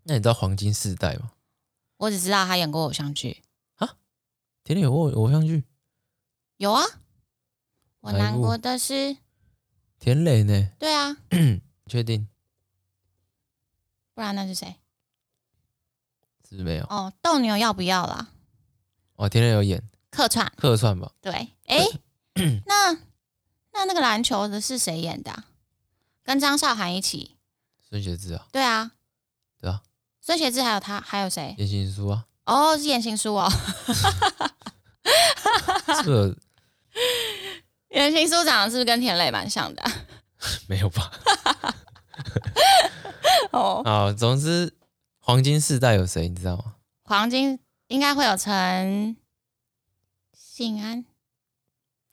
[SPEAKER 1] 那你知道黄金世代吗？
[SPEAKER 2] 我只知道他演过偶像剧。
[SPEAKER 1] 田磊有偶偶像剧，
[SPEAKER 2] 有啊，我
[SPEAKER 1] 哪一
[SPEAKER 2] 难
[SPEAKER 1] 部
[SPEAKER 2] 过的是，
[SPEAKER 1] 田磊呢？
[SPEAKER 2] 对啊，
[SPEAKER 1] 你确定
[SPEAKER 2] 不然那是谁？
[SPEAKER 1] 是不是没有？
[SPEAKER 2] 哦，斗牛要不要啦？
[SPEAKER 1] 哦，田磊有演
[SPEAKER 2] 客串，
[SPEAKER 1] 客串吧？
[SPEAKER 2] 对，哎， 那那那个篮球的是谁演的啊、跟张韶涵一起？
[SPEAKER 1] 孙雪志啊，
[SPEAKER 2] 对啊，
[SPEAKER 1] 对啊，
[SPEAKER 2] 孙雪志还有他，还有谁？
[SPEAKER 1] 言情书啊，
[SPEAKER 2] 哦，是言情书哦，
[SPEAKER 1] 这个
[SPEAKER 2] 言情书长得是不是跟田磊蛮像的啊？
[SPEAKER 1] 没有吧？
[SPEAKER 2] 哦，
[SPEAKER 1] 啊，总之黄金世代有谁你知道吗？
[SPEAKER 2] 黄金应该会有陈信安，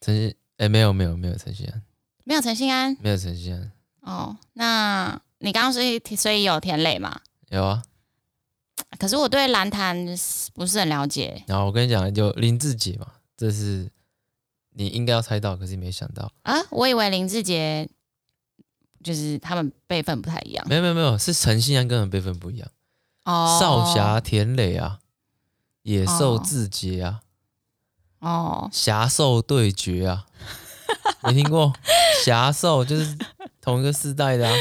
[SPEAKER 1] 陈信，哎、没有没有没有陈信安，
[SPEAKER 2] 没有陈信安
[SPEAKER 1] 没有陈信安，
[SPEAKER 2] 哦。那你刚刚所以所以有田磊嘛？
[SPEAKER 1] 有啊。
[SPEAKER 2] 可是我对篮坛不是很了解
[SPEAKER 1] 然后我跟你讲，就林志杰嘛，这是你应该要猜到，可是你没想到，
[SPEAKER 2] 啊，我以为林志杰就是他们辈分不太一样
[SPEAKER 1] 没有没有没有，是陈信安根本辈分不一样，
[SPEAKER 2] 哦。
[SPEAKER 1] 少侠田磊啊，野兽
[SPEAKER 2] 哦
[SPEAKER 1] 志杰啊，
[SPEAKER 2] 哦，
[SPEAKER 1] 侠兽对决啊， 没听过？ 侠兽就是同一个世代的啊，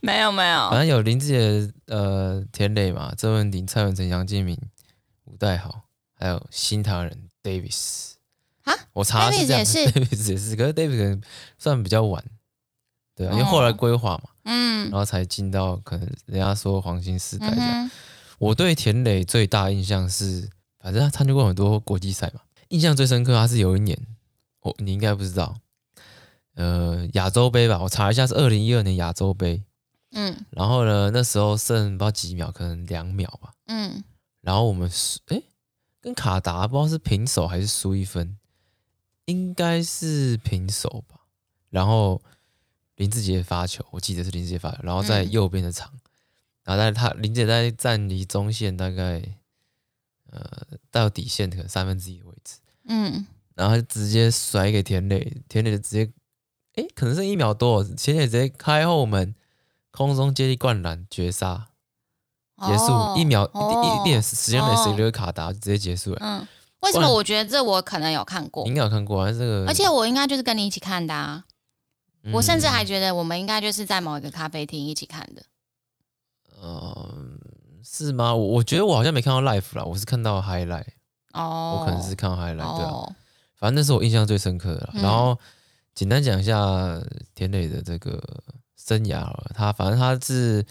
[SPEAKER 2] 没有没有
[SPEAKER 1] 反正有林志杰、呃田磊嘛、郑文鼎、蔡文成、杨敬敏、吴岱豪，还有新唐人 Davis。
[SPEAKER 2] 啊，
[SPEAKER 1] 我查的是这样
[SPEAKER 2] Davis 也 是
[SPEAKER 1] ，Davis 也是，可是 Davis 可能算比较晚，对啊，因为
[SPEAKER 2] 哦
[SPEAKER 1] 后来规划嘛，
[SPEAKER 2] 嗯
[SPEAKER 1] 然后才进到可能人家说黄金时代
[SPEAKER 2] 嗯
[SPEAKER 1] 这样。
[SPEAKER 2] 哼，
[SPEAKER 1] 我对田磊最大印象是，反正他参加过很多国际赛嘛，印象最深刻他是有一年，我你应该不知道，呃，亚洲杯吧，我查一下是二零一二年亚洲杯，
[SPEAKER 2] 嗯
[SPEAKER 1] 然后呢，那时候剩不知道几秒，可能两秒吧。
[SPEAKER 2] 嗯，
[SPEAKER 1] 然后我们输，诶，跟卡达不知道是平手还是输一分，应该是平手吧。然后林志杰发球，我记得是林志杰发球，然后在
[SPEAKER 2] 嗯
[SPEAKER 1] 右边的场，然后在他林志杰在站离中线大概呃到底线可能三分之一的位置，
[SPEAKER 2] 嗯
[SPEAKER 1] 然后他就直接甩给田磊，田磊就直接，诶，可能剩一秒多，田磊直接开后门，空中接力灌篮绝杀。结束，
[SPEAKER 2] 哦
[SPEAKER 1] 一秒
[SPEAKER 2] 哦
[SPEAKER 1] 一一点时间没
[SPEAKER 2] 哦
[SPEAKER 1] 谁留卡达，就直接结束了。
[SPEAKER 2] 嗯，为什么我觉得这我可能有看过
[SPEAKER 1] 你？应该有看过啊，这个，
[SPEAKER 2] 哦而且我应该就是跟你一起看的啊！
[SPEAKER 1] 嗯
[SPEAKER 2] 我甚至还觉得我们应该就是在某一个咖啡厅一起看的。
[SPEAKER 1] 嗯是吗？我我觉得我好像没看到 live 啦，我是看到 highlight，
[SPEAKER 2] 哦，
[SPEAKER 1] 我可能是看到 highlight 对啊。
[SPEAKER 2] 哦，
[SPEAKER 1] 反正那是我印象最深刻的啦。
[SPEAKER 2] 嗯
[SPEAKER 1] 然后简单讲一下田磊的这个生涯好了，他反正他是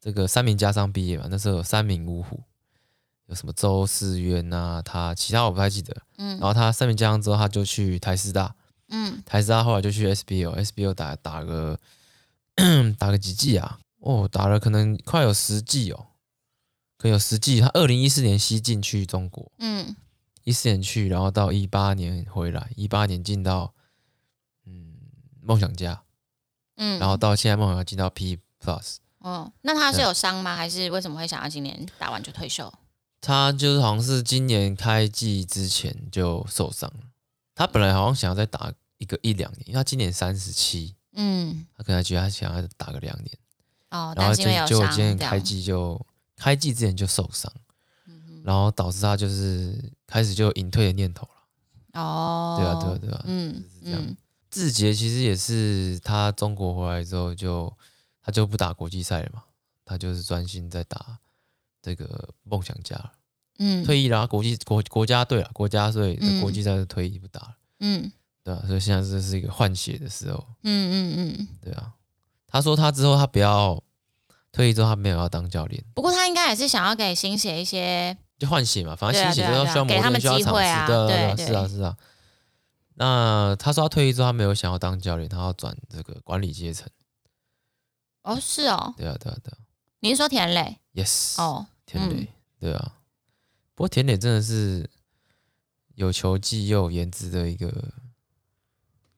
[SPEAKER 1] 这个三名家商毕业嘛，那时候有三名五虎，有什么周世渊啊，他其他我不太记得。
[SPEAKER 2] 嗯
[SPEAKER 1] 然后他三名家商之后，他就去台师大。
[SPEAKER 2] 嗯
[SPEAKER 1] 台师大啊后来就去 SBO，SBO 打打个 打个几季啊？哦，打了可能快有十季哦，可能有十季。他二零一四年西进去中国，
[SPEAKER 2] 嗯
[SPEAKER 1] 一四年去，然后到一八年回来，一八年进到嗯梦想家，
[SPEAKER 2] 嗯，
[SPEAKER 1] 然后到现在梦想家进到 P Plus，
[SPEAKER 2] 哦，那他是有伤吗？还是为什么会想要今年打完就退休？
[SPEAKER 1] 他就是好像是今年开季之前就受伤了。他本来好像想要再打一个一两年，因为他今年三十七，
[SPEAKER 2] 嗯，
[SPEAKER 1] 他可能觉得他想要打个两年。
[SPEAKER 2] 哦，
[SPEAKER 1] 然后
[SPEAKER 2] 但是
[SPEAKER 1] 就
[SPEAKER 2] 因为有
[SPEAKER 1] 就
[SPEAKER 2] 伤
[SPEAKER 1] 今天
[SPEAKER 2] 这样嗯
[SPEAKER 1] 开，季就开季之前就受伤，然后导致他就是开始就有隐退的念头了。
[SPEAKER 2] 哦，
[SPEAKER 1] 对啊，对啊，，对啊。
[SPEAKER 2] 嗯
[SPEAKER 1] 这样
[SPEAKER 2] 嗯
[SPEAKER 1] 志杰其实也是他中国回来之后就他就不打国际赛了嘛，他就是专心在打这个梦想家了，
[SPEAKER 2] 嗯，
[SPEAKER 1] 退役啦，国际国国家队了，啊国家队
[SPEAKER 2] 嗯
[SPEAKER 1] 国际赛就退役不打了，
[SPEAKER 2] 嗯
[SPEAKER 1] 对啊，所以现在这是一个换血的时候，
[SPEAKER 2] 嗯嗯嗯。
[SPEAKER 1] 对啊。他说他之后他不要退役之后他没有要当教练。
[SPEAKER 2] 不过他应该也是想要给新血一些，
[SPEAKER 1] 就换血嘛，反正
[SPEAKER 2] 对啊
[SPEAKER 1] 新血
[SPEAKER 2] 对
[SPEAKER 1] 就要
[SPEAKER 2] 啊对啊
[SPEAKER 1] 需要磨
[SPEAKER 2] 给他
[SPEAKER 1] 练，
[SPEAKER 2] 们
[SPEAKER 1] 需要
[SPEAKER 2] 机
[SPEAKER 1] 尝
[SPEAKER 2] 会
[SPEAKER 1] 试
[SPEAKER 2] 啊
[SPEAKER 1] 对啊对
[SPEAKER 2] 对
[SPEAKER 1] 啊，是啊
[SPEAKER 2] 对
[SPEAKER 1] 是啊。那他说他退役之后，他没有想要当教练，他要转这个管理阶层。
[SPEAKER 2] 哦，是哦，
[SPEAKER 1] 对啊，对啊，对啊
[SPEAKER 2] 你是说田磊？
[SPEAKER 1] ，yes，
[SPEAKER 2] 哦，
[SPEAKER 1] 田磊，
[SPEAKER 2] 嗯
[SPEAKER 1] 对啊。不过田磊真的是有球技又有颜值的一个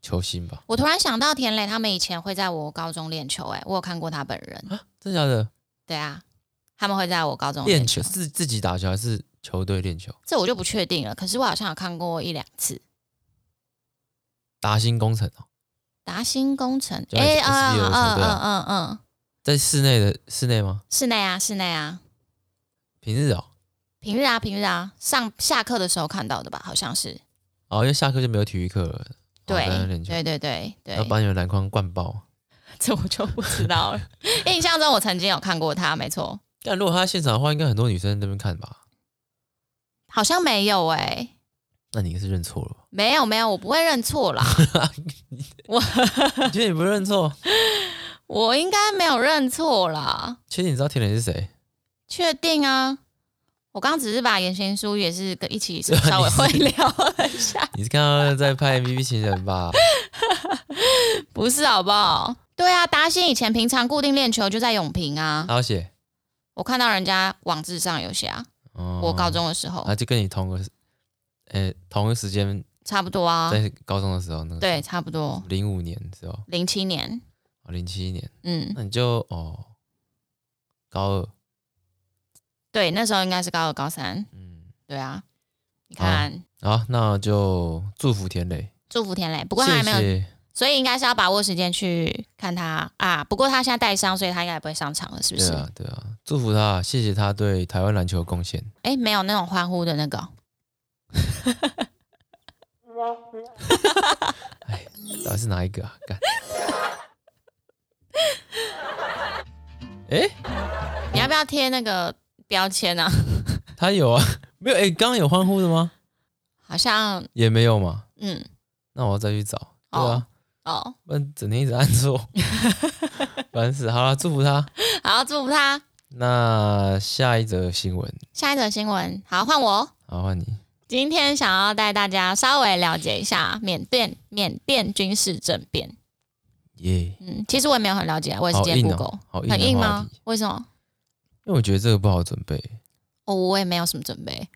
[SPEAKER 1] 球星吧？
[SPEAKER 2] 我突然想到田磊他们以前会在我高中练球、欸，哎，我有看过他本人。
[SPEAKER 1] 啊，真的假的？
[SPEAKER 2] 对啊，他们会在我高中
[SPEAKER 1] 练
[SPEAKER 2] 哦球
[SPEAKER 1] 球，是自己打球还是球队练球？
[SPEAKER 2] 这我就不确定了。可是我好像有看过一两次。
[SPEAKER 1] 达兴工程哦，
[SPEAKER 2] 达兴工程，
[SPEAKER 1] 就那
[SPEAKER 2] 欸
[SPEAKER 1] 个 SBL 的球队啊
[SPEAKER 2] 嗯嗯嗯，
[SPEAKER 1] 在室内的室内吗？
[SPEAKER 2] 室内啊，室内啊，
[SPEAKER 1] 平日哦，
[SPEAKER 2] 平日啊，平日啊，上下课的时候看到的吧，好像是。
[SPEAKER 1] 哦，因为下课就没有体育课了，
[SPEAKER 2] 对
[SPEAKER 1] 哦在那练，球，
[SPEAKER 2] 对对对对
[SPEAKER 1] 要，把你们篮筐灌爆。
[SPEAKER 2] 这我就不知道了。 印象中我曾经有看过他，没错，
[SPEAKER 1] 但如果他在现场的话，应该很多女生在那边看吧？
[SPEAKER 2] 好像没有哎、
[SPEAKER 1] 那你应该是认错了吧？
[SPEAKER 2] 没有没有，我不会认错啦，
[SPEAKER 1] 你觉得你不认错？
[SPEAKER 2] 我应该没有认错啦，
[SPEAKER 1] 其实你知道田磊是谁？
[SPEAKER 2] 确定啊。我刚只是把言情书也是跟一起
[SPEAKER 1] 对啊
[SPEAKER 2] 稍微
[SPEAKER 1] 你是
[SPEAKER 2] 会聊了 一下，
[SPEAKER 1] 你是看他在拍 MVP 情人吧？
[SPEAKER 2] 不是好不好？对啊，达兴以前平常固定练球就在永平啊，
[SPEAKER 1] 他有写，
[SPEAKER 2] 我看到人家网志上有写啊，
[SPEAKER 1] 哦
[SPEAKER 2] 我高，中的时候、
[SPEAKER 1] 啊，就跟你同个，呃、同一时间
[SPEAKER 2] 差不多啊，
[SPEAKER 1] 在高中的时候，那个
[SPEAKER 2] 对，差不多
[SPEAKER 1] 零五年是吧？
[SPEAKER 2] 零七年，
[SPEAKER 1] 零七年，
[SPEAKER 2] 嗯，
[SPEAKER 1] 那你就哦，高二，
[SPEAKER 2] 对，那时候应该是高二高三，
[SPEAKER 1] 嗯，
[SPEAKER 2] 对啊，你看、
[SPEAKER 1] 好，那就祝福田磊，
[SPEAKER 2] 祝福田磊，不过他还
[SPEAKER 1] 谢
[SPEAKER 2] 没有
[SPEAKER 1] 谢。
[SPEAKER 2] 所以应该是要把握时间去看他啊。不过他现在带伤，所以他应该也不会上场了，是不
[SPEAKER 1] 对
[SPEAKER 2] 是？
[SPEAKER 1] 啊，对啊，祝福他，谢谢他对台湾篮球的贡献。
[SPEAKER 2] 哎、没有那种欢呼的那个哦，
[SPEAKER 1] 到底是哪一个啊？干，哎、
[SPEAKER 2] 你要不要贴那个标签啊？
[SPEAKER 1] 他有啊，没有？哎、刚刚有欢呼的吗？
[SPEAKER 2] 好像，
[SPEAKER 1] 也没有嘛。
[SPEAKER 2] 嗯，
[SPEAKER 1] 那我要再去找。对啊，
[SPEAKER 2] 哦，
[SPEAKER 1] 不然整天一直按错， 烦死。好了，祝福他。
[SPEAKER 2] 好，祝福他。
[SPEAKER 1] 那下一则新闻，
[SPEAKER 2] 下一则新闻，好，换我。
[SPEAKER 1] 好换你。
[SPEAKER 2] 今天想要带大家稍微了解一下缅甸缅甸军事政变。
[SPEAKER 1] 耶、
[SPEAKER 2] 嗯，其实我也没有很了解，我也是
[SPEAKER 1] 好
[SPEAKER 2] 接
[SPEAKER 1] 硬
[SPEAKER 2] Google，、
[SPEAKER 1] 哦，好硬的
[SPEAKER 2] 很硬
[SPEAKER 1] 话
[SPEAKER 2] 吗
[SPEAKER 1] 题？
[SPEAKER 2] 为什么？
[SPEAKER 1] 因为我觉得这个不好准备。
[SPEAKER 2] 哦，我也没有什么准备。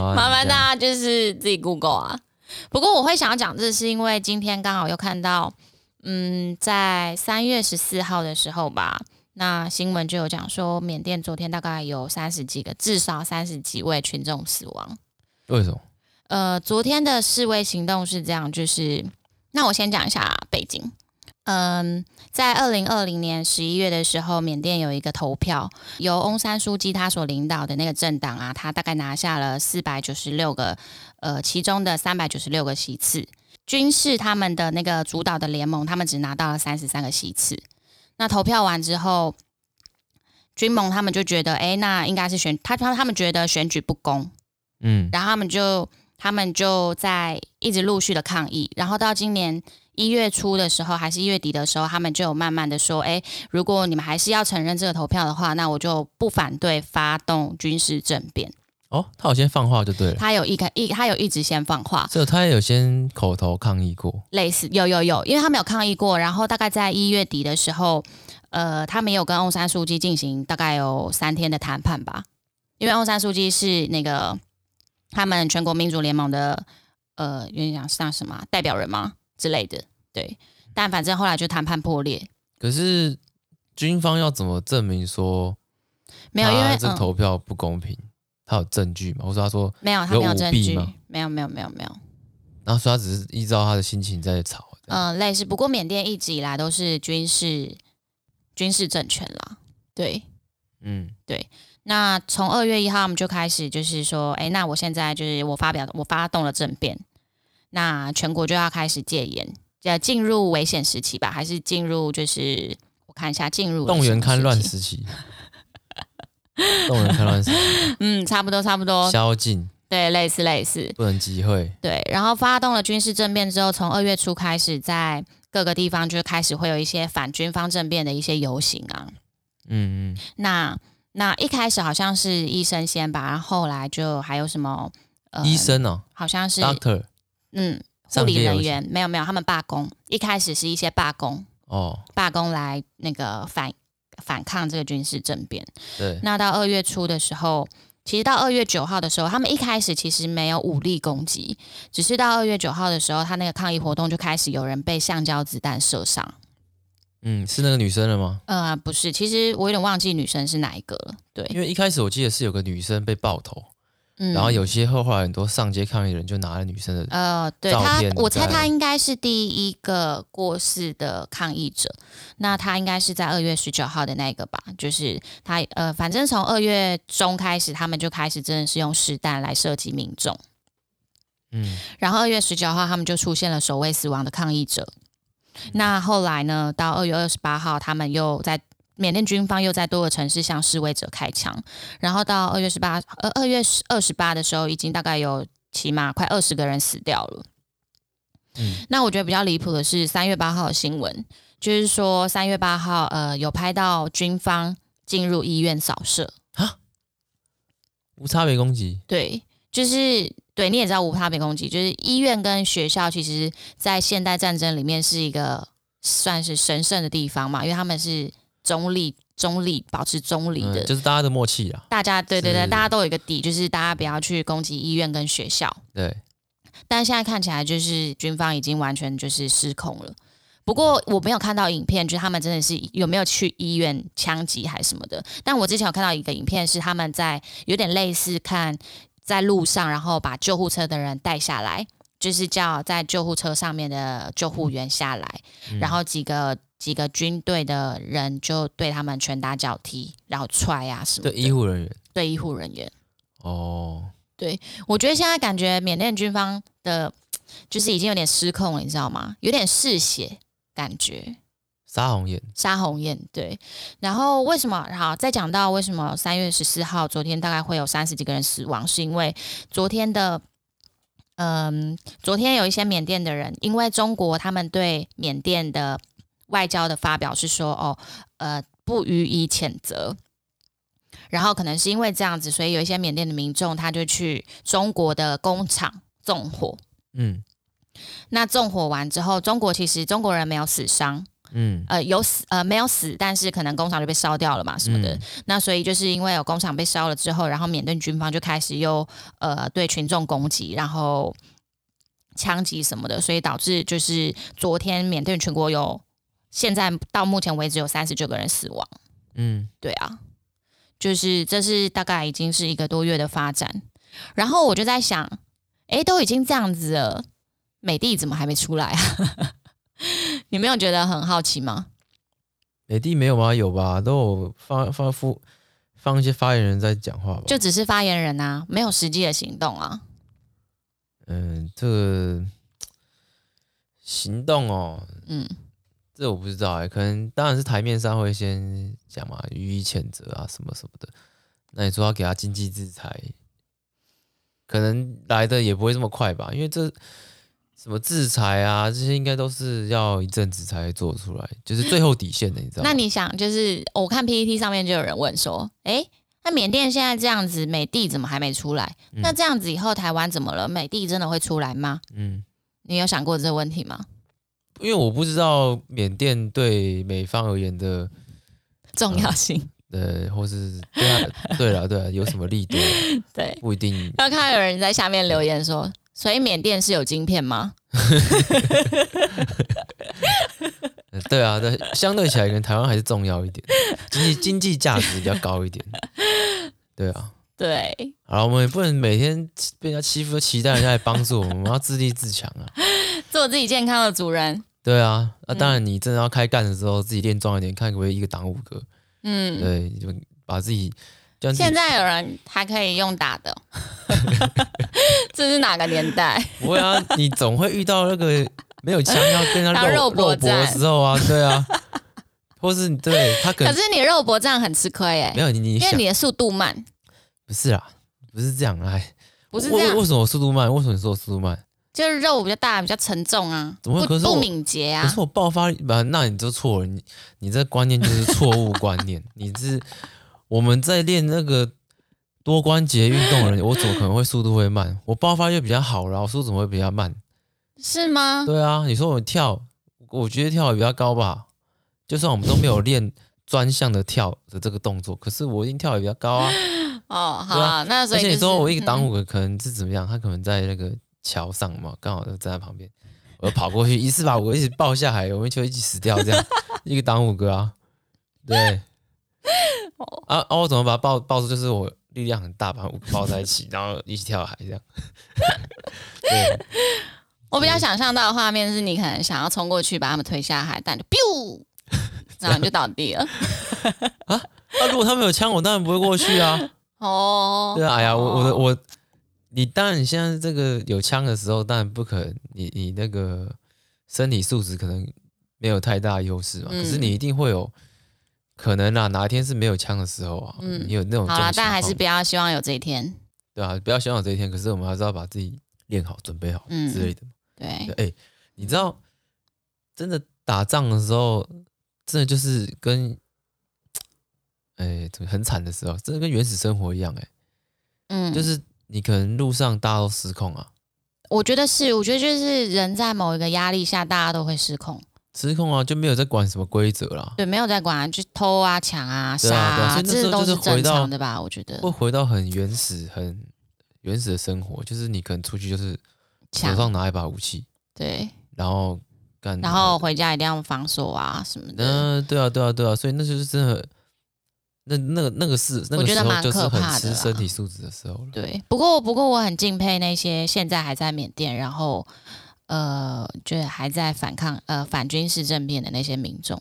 [SPEAKER 1] 好啊
[SPEAKER 2] 麻
[SPEAKER 1] 你这样
[SPEAKER 2] 烦大家就是自己 Google 啊。不过我会想要讲这，是因为今天刚好又看到，嗯，在三月十四号的时候吧，那新闻就有讲说，缅甸昨天大概有三十几个，至少三十几位群众死亡。
[SPEAKER 1] 为什么？
[SPEAKER 2] 呃，昨天的示威行动是这样，就是那我先讲一下背景。嗯，在二零二零年十一月的时候，缅甸有一个投票，由翁山书记他所领导的那个政党啊，他大概拿下了四百九十六个，呃，其中的三百九十六个席次。军事他们的那个主导的联盟，他们只拿到了三十三个席次。那投票完之后，军盟他们就觉得，哎、那应该是选他他他们觉得选举不公，
[SPEAKER 1] 嗯，
[SPEAKER 2] 然后他们就他们就在一直陆续的抗议，然后到今年一月初的时候，还是一月底的时候，他们就有慢慢的说，哎，如果你们还是要承认这个投票的话，那我就不反对发动军事政变。
[SPEAKER 1] 哦，他有先放话就对了，
[SPEAKER 2] 他有一个一，他有一直先放话，
[SPEAKER 1] 所以他也有先口头抗议过。
[SPEAKER 2] 类似有有有，因为他们有抗议过，然后大概在一月底的时候，呃，他们有跟翁山书记进行大概有三天的谈判吧，因为翁山书记是那个他们全国民主联盟的呃，有点像像什么啊代表人吗之类的，对，但反正后来就谈判破裂，
[SPEAKER 1] 可是军方要怎么证明说
[SPEAKER 2] 没有，因为
[SPEAKER 1] 他啊这
[SPEAKER 2] 嗯
[SPEAKER 1] 投票不公平？他有证据吗？或者他说，
[SPEAKER 2] 没有，他
[SPEAKER 1] 有
[SPEAKER 2] 没有
[SPEAKER 1] 舞
[SPEAKER 2] 证
[SPEAKER 1] 弊
[SPEAKER 2] 据
[SPEAKER 1] 吗，
[SPEAKER 2] 没有没有没有没有，
[SPEAKER 1] 然后说他只是依照他的心情在吵。这样
[SPEAKER 2] 嗯、类似，不过缅甸一直以来都是军事军事政权啦，对，
[SPEAKER 1] 嗯，
[SPEAKER 2] 那从二月一号，我们就开始就是说，哎，那我现在就是我发表我发动了政变，那全国就要开始戒严，呃，进入危险时期吧，还是进入就是我看一下进入了
[SPEAKER 1] 动员戡
[SPEAKER 2] 什
[SPEAKER 1] 乱
[SPEAKER 2] 么时期，
[SPEAKER 1] 时 期，动员戡乱时期，
[SPEAKER 2] 嗯，差不多差不多，
[SPEAKER 1] 宵禁
[SPEAKER 2] 对，类似类似，
[SPEAKER 1] 不能集会。
[SPEAKER 2] 对，然后发动了军事政变之后，从二月初开始，在各个地方就开始会有一些反军方政变的一些游行啊，
[SPEAKER 1] 嗯嗯，
[SPEAKER 2] 那那一开始好像是医生先吧，然后后来就还有什么呃
[SPEAKER 1] 医生哦
[SPEAKER 2] 好像是
[SPEAKER 1] ，doctor
[SPEAKER 2] 嗯护
[SPEAKER 1] 上
[SPEAKER 2] 理
[SPEAKER 1] 街游
[SPEAKER 2] 人
[SPEAKER 1] 行
[SPEAKER 2] 员，没有没有，他们罢工，一开始是一些罢工，
[SPEAKER 1] 哦，
[SPEAKER 2] 罢工来那个反反抗这个军事政变。
[SPEAKER 1] 对，
[SPEAKER 2] 那到二月初的时候，其实到二月九号的时候，他们一开始其实没有武力攻击，只是到二月九号的时候，他那个抗议活动就开始有人被橡胶子弹射伤。
[SPEAKER 1] 嗯，是那个女生了吗？
[SPEAKER 2] 呃，不是，其实我有点忘记女生是哪一个了。对，
[SPEAKER 1] 因为一开始我记得是有个女生被爆头，
[SPEAKER 2] 嗯
[SPEAKER 1] 然后有些后来很多上街抗议的人就拿了女生的，
[SPEAKER 2] 呃，对
[SPEAKER 1] 照
[SPEAKER 2] 他
[SPEAKER 1] 片，
[SPEAKER 2] 我猜
[SPEAKER 1] 在
[SPEAKER 2] 他应该是第一个过世的抗议者。那他应该是在二月十九号的那一个吧？就是他呃，反正从二月中开始，他们就开始真的是用实弹来射击民众。
[SPEAKER 1] 嗯，
[SPEAKER 2] 然后二月十九号，他们就出现了首位死亡的抗议者。那后来呢？到二月二十八号，他们又在缅甸军方又在多个城市向示威者开枪。然后到二月十八，呃，二月二十八的时候，已经大概有起码快二十个人死掉了。
[SPEAKER 1] 嗯
[SPEAKER 2] 那我觉得比较离谱的是三月八号的新闻，就是说三月八号，呃，有拍到军方进入医院扫射。
[SPEAKER 1] 无差别攻击，
[SPEAKER 2] 对，就是对，你也知道无差别攻击，就是医院跟学校，其实在现代战争里面是一个算是神圣的地方嘛，因为他们是中立、中立保持中立的，
[SPEAKER 1] 嗯，就是大家的默契啦，
[SPEAKER 2] 大家对对对，
[SPEAKER 1] 是
[SPEAKER 2] 大家都有一个底，就是大家不要去攻击医院跟学校。
[SPEAKER 1] 对，
[SPEAKER 2] 但现在看起来，就是军方已经完全就是失控了。不过我没有看到影片，就是他们真的是有没有去医院枪击还是什么的。但我之前有看到一个影片，是他们在有点类似看在路上，然后把救护车的人带下来，就是叫在救护车上面的救护员下来，
[SPEAKER 1] 嗯
[SPEAKER 2] 然后几个几个军队的人就对他们拳打脚踢，然后踹啊什么
[SPEAKER 1] 对
[SPEAKER 2] 的，
[SPEAKER 1] 医护人员，
[SPEAKER 2] 对医护人员。
[SPEAKER 1] 哦，
[SPEAKER 2] 我觉得现在感觉缅甸军方的，就是已经有点失控了，你知道吗？有点嗜血感觉。
[SPEAKER 1] 杀红眼，
[SPEAKER 2] 杀红眼对，然后为什么好？再讲到为什么三月十四号昨天大概会有三十几个人死亡，是因为昨天的，嗯，昨天有一些缅甸的人，因为中国他们对缅甸的外交的发表是说，哦，呃，不予以谴责。然后可能是因为这样子，所以有一些缅甸的民众他就去中国的工厂纵火。
[SPEAKER 1] 嗯
[SPEAKER 2] 那纵火完之后，中国其实中国人没有死伤，
[SPEAKER 1] 嗯，
[SPEAKER 2] 呃有死呃没有死，但是可能工厂就被烧掉了嘛什么的。
[SPEAKER 1] 嗯
[SPEAKER 2] 那所以就是因为有工厂被烧了之后，然后缅甸军方就开始又呃对群众攻击，然后枪击什么的，所以导致就是昨天缅甸全国有现在到目前为止有三十九个人死亡。
[SPEAKER 1] 嗯，
[SPEAKER 2] 对啊，就是这是大概已经是一个多月的发展。然后我就在想，诶，都已经这样子了，美帝怎么还没出来啊？ 你没有觉得很好奇吗？
[SPEAKER 1] 美的没有吗？有吧，都有放放夫放一些发言人在讲话吧，
[SPEAKER 2] 就只是发言人啊，没有实际的行动啊。
[SPEAKER 1] 嗯，这个行动哦，
[SPEAKER 2] 嗯，
[SPEAKER 1] 这我不知道哎、可能当然是台面上会先讲嘛，予以谴责啊，什么什么的。那你说要给他经济制裁，可能来的也不会这么快吧？因为这什么制裁啊，这些应该都是要一阵子才会做出来，就是最后底线的，你知道吗？
[SPEAKER 2] 那你想，就是我看 PPT 上面就有人问说，诶，那缅甸现在这样子，美帝怎么还没出来？
[SPEAKER 1] 嗯
[SPEAKER 2] 那这样子以后台湾怎么了？美帝真的会出来吗？
[SPEAKER 1] 嗯，
[SPEAKER 2] 你有想过这个问题吗？
[SPEAKER 1] 因为我不知道缅甸对美方而言的
[SPEAKER 2] 重要性，
[SPEAKER 1] 呃，或是对啊，对了，对啊，有什么利多，
[SPEAKER 2] 对。
[SPEAKER 1] 不一定。
[SPEAKER 2] 然后看到有人在下面留言说：“所以缅甸是有晶片吗
[SPEAKER 1] 呃对啊，对，相对起来跟台湾还是重要一点，经济经济价值比较高一点。对啊，？”
[SPEAKER 2] 对，
[SPEAKER 1] 好了，我们也不能每天被人家欺负，都期待人家来帮助我们，我们要自立自强啊。
[SPEAKER 2] 做自己健康的主人。
[SPEAKER 1] 对啊，那、当然，你真的要开干的时候，自己练壮一点，看可不可以一个挡五个。
[SPEAKER 2] 嗯，
[SPEAKER 1] 对，就把自己这样子
[SPEAKER 2] 现在有人还可以用打 的，这是哪个年代？
[SPEAKER 1] 不会啊，你总会遇到那个没有枪要跟人
[SPEAKER 2] 打
[SPEAKER 1] 家
[SPEAKER 2] 肉
[SPEAKER 1] 肉肉
[SPEAKER 2] 搏
[SPEAKER 1] 搏的
[SPEAKER 2] 战
[SPEAKER 1] 时候啊，对啊，或是你对他可
[SPEAKER 2] 可
[SPEAKER 1] 能
[SPEAKER 2] 是你肉搏战很吃亏哎、
[SPEAKER 1] 没有你，你
[SPEAKER 2] 因为
[SPEAKER 1] 想
[SPEAKER 2] 你的速度慢，
[SPEAKER 1] 不是啊，不是这样哎，
[SPEAKER 2] 不是
[SPEAKER 1] 为
[SPEAKER 2] 这样
[SPEAKER 1] 为，什么我速度慢？为什么你说我速度慢？
[SPEAKER 2] 就是肉比较大，比较沉重啊，
[SPEAKER 1] 怎么
[SPEAKER 2] 不
[SPEAKER 1] 可是我
[SPEAKER 2] 不敏捷
[SPEAKER 1] 可
[SPEAKER 2] 啊
[SPEAKER 1] 是。我爆发力，不，那你就错了，你 你这观念就是错误观念，你是我们在练那个多关节运动的人，我走可能会速度会慢，我爆发力比较好，然后速度怎么会比较慢？
[SPEAKER 2] 是吗？
[SPEAKER 1] 对啊，你说我跳，我觉得跳的比较高吧，就算我们都没有练专项的跳的这个动作，可是我一定跳的比较高啊。
[SPEAKER 2] 哦，好
[SPEAKER 1] 对
[SPEAKER 2] 啊，
[SPEAKER 1] 啊
[SPEAKER 2] 那所
[SPEAKER 1] 而
[SPEAKER 2] 以、就
[SPEAKER 1] 且
[SPEAKER 2] 是、
[SPEAKER 1] 你说我一个挡
[SPEAKER 2] 嗯
[SPEAKER 1] 五个可能是怎么样？他可能在那个桥上嘛，刚好就站在旁边，我就跑过去，一次把我一起抱下来，我们就一起死掉，这样 一个挡五个啊， 对。啊啊！我怎么把它抱抱住？就是我力量很大，把它五个抱在一起，然后一起跳海这样。 对，
[SPEAKER 2] 我
[SPEAKER 1] 嗯
[SPEAKER 2] 比较想象到的画面是你可能想要冲过去把他们推下海，但就 biu，然后你就倒地了。
[SPEAKER 1] 那、啊如果他们有枪，我当然不会过去啊。
[SPEAKER 2] 哦，
[SPEAKER 1] 对啊，哎呀，我我的
[SPEAKER 2] 哦
[SPEAKER 1] 我，你当然你现在这个有枪的时候，当然不可能，你你那个身体素质可能没有太大优势嘛。可是
[SPEAKER 2] 嗯
[SPEAKER 1] 你一定会有可能啊，哪一天是没有枪的时候啊，
[SPEAKER 2] 嗯
[SPEAKER 1] 你有那种
[SPEAKER 2] 好啦，
[SPEAKER 1] 这种情
[SPEAKER 2] 但还是
[SPEAKER 1] 况
[SPEAKER 2] 不要希望有这一天。
[SPEAKER 1] 对啊，不要想有这一天。可是我们还是要把自己练好、准备好
[SPEAKER 2] 嗯
[SPEAKER 1] 之类的嘛。
[SPEAKER 2] 对
[SPEAKER 1] 对，哎、你知道，真的打仗的时候，真的就是跟。哎，怎么很惨的时候，真的跟原始生活一样哎、
[SPEAKER 2] 嗯，
[SPEAKER 1] 就是你可能路上大家都失控啊，
[SPEAKER 2] 我觉得是，我觉得就是人在某一个压力下，大家都会失控。
[SPEAKER 1] 失控啊，就没有在管什么规则啦，
[SPEAKER 2] 对，没有在管啊，就偷啊、抢啊、
[SPEAKER 1] 对啊
[SPEAKER 2] 杀
[SPEAKER 1] 对啊所以那时
[SPEAKER 2] 这
[SPEAKER 1] 候
[SPEAKER 2] 都
[SPEAKER 1] 就是是
[SPEAKER 2] 正
[SPEAKER 1] 回到哦
[SPEAKER 2] 常的吧？我觉得
[SPEAKER 1] 会回到很原始、很原始的生活，就是你可能出去就是手
[SPEAKER 2] 抢
[SPEAKER 1] 上拿一把武器，
[SPEAKER 2] 对，
[SPEAKER 1] 然后干，
[SPEAKER 2] 然后回家一定要防锁啊什么的。
[SPEAKER 1] 嗯、对啊，对啊，对啊，所以那就是真的，那那个那个是那
[SPEAKER 2] 我
[SPEAKER 1] 个时
[SPEAKER 2] 觉得
[SPEAKER 1] 候
[SPEAKER 2] 蛮
[SPEAKER 1] 就是
[SPEAKER 2] 可怕
[SPEAKER 1] 很
[SPEAKER 2] 的
[SPEAKER 1] 吃
[SPEAKER 2] 啦
[SPEAKER 1] 身体素质的时候了，
[SPEAKER 2] 对，不过不过我很敬佩那些现在还在缅甸，然后呃，就是还在反抗呃反军事政变的那些民众，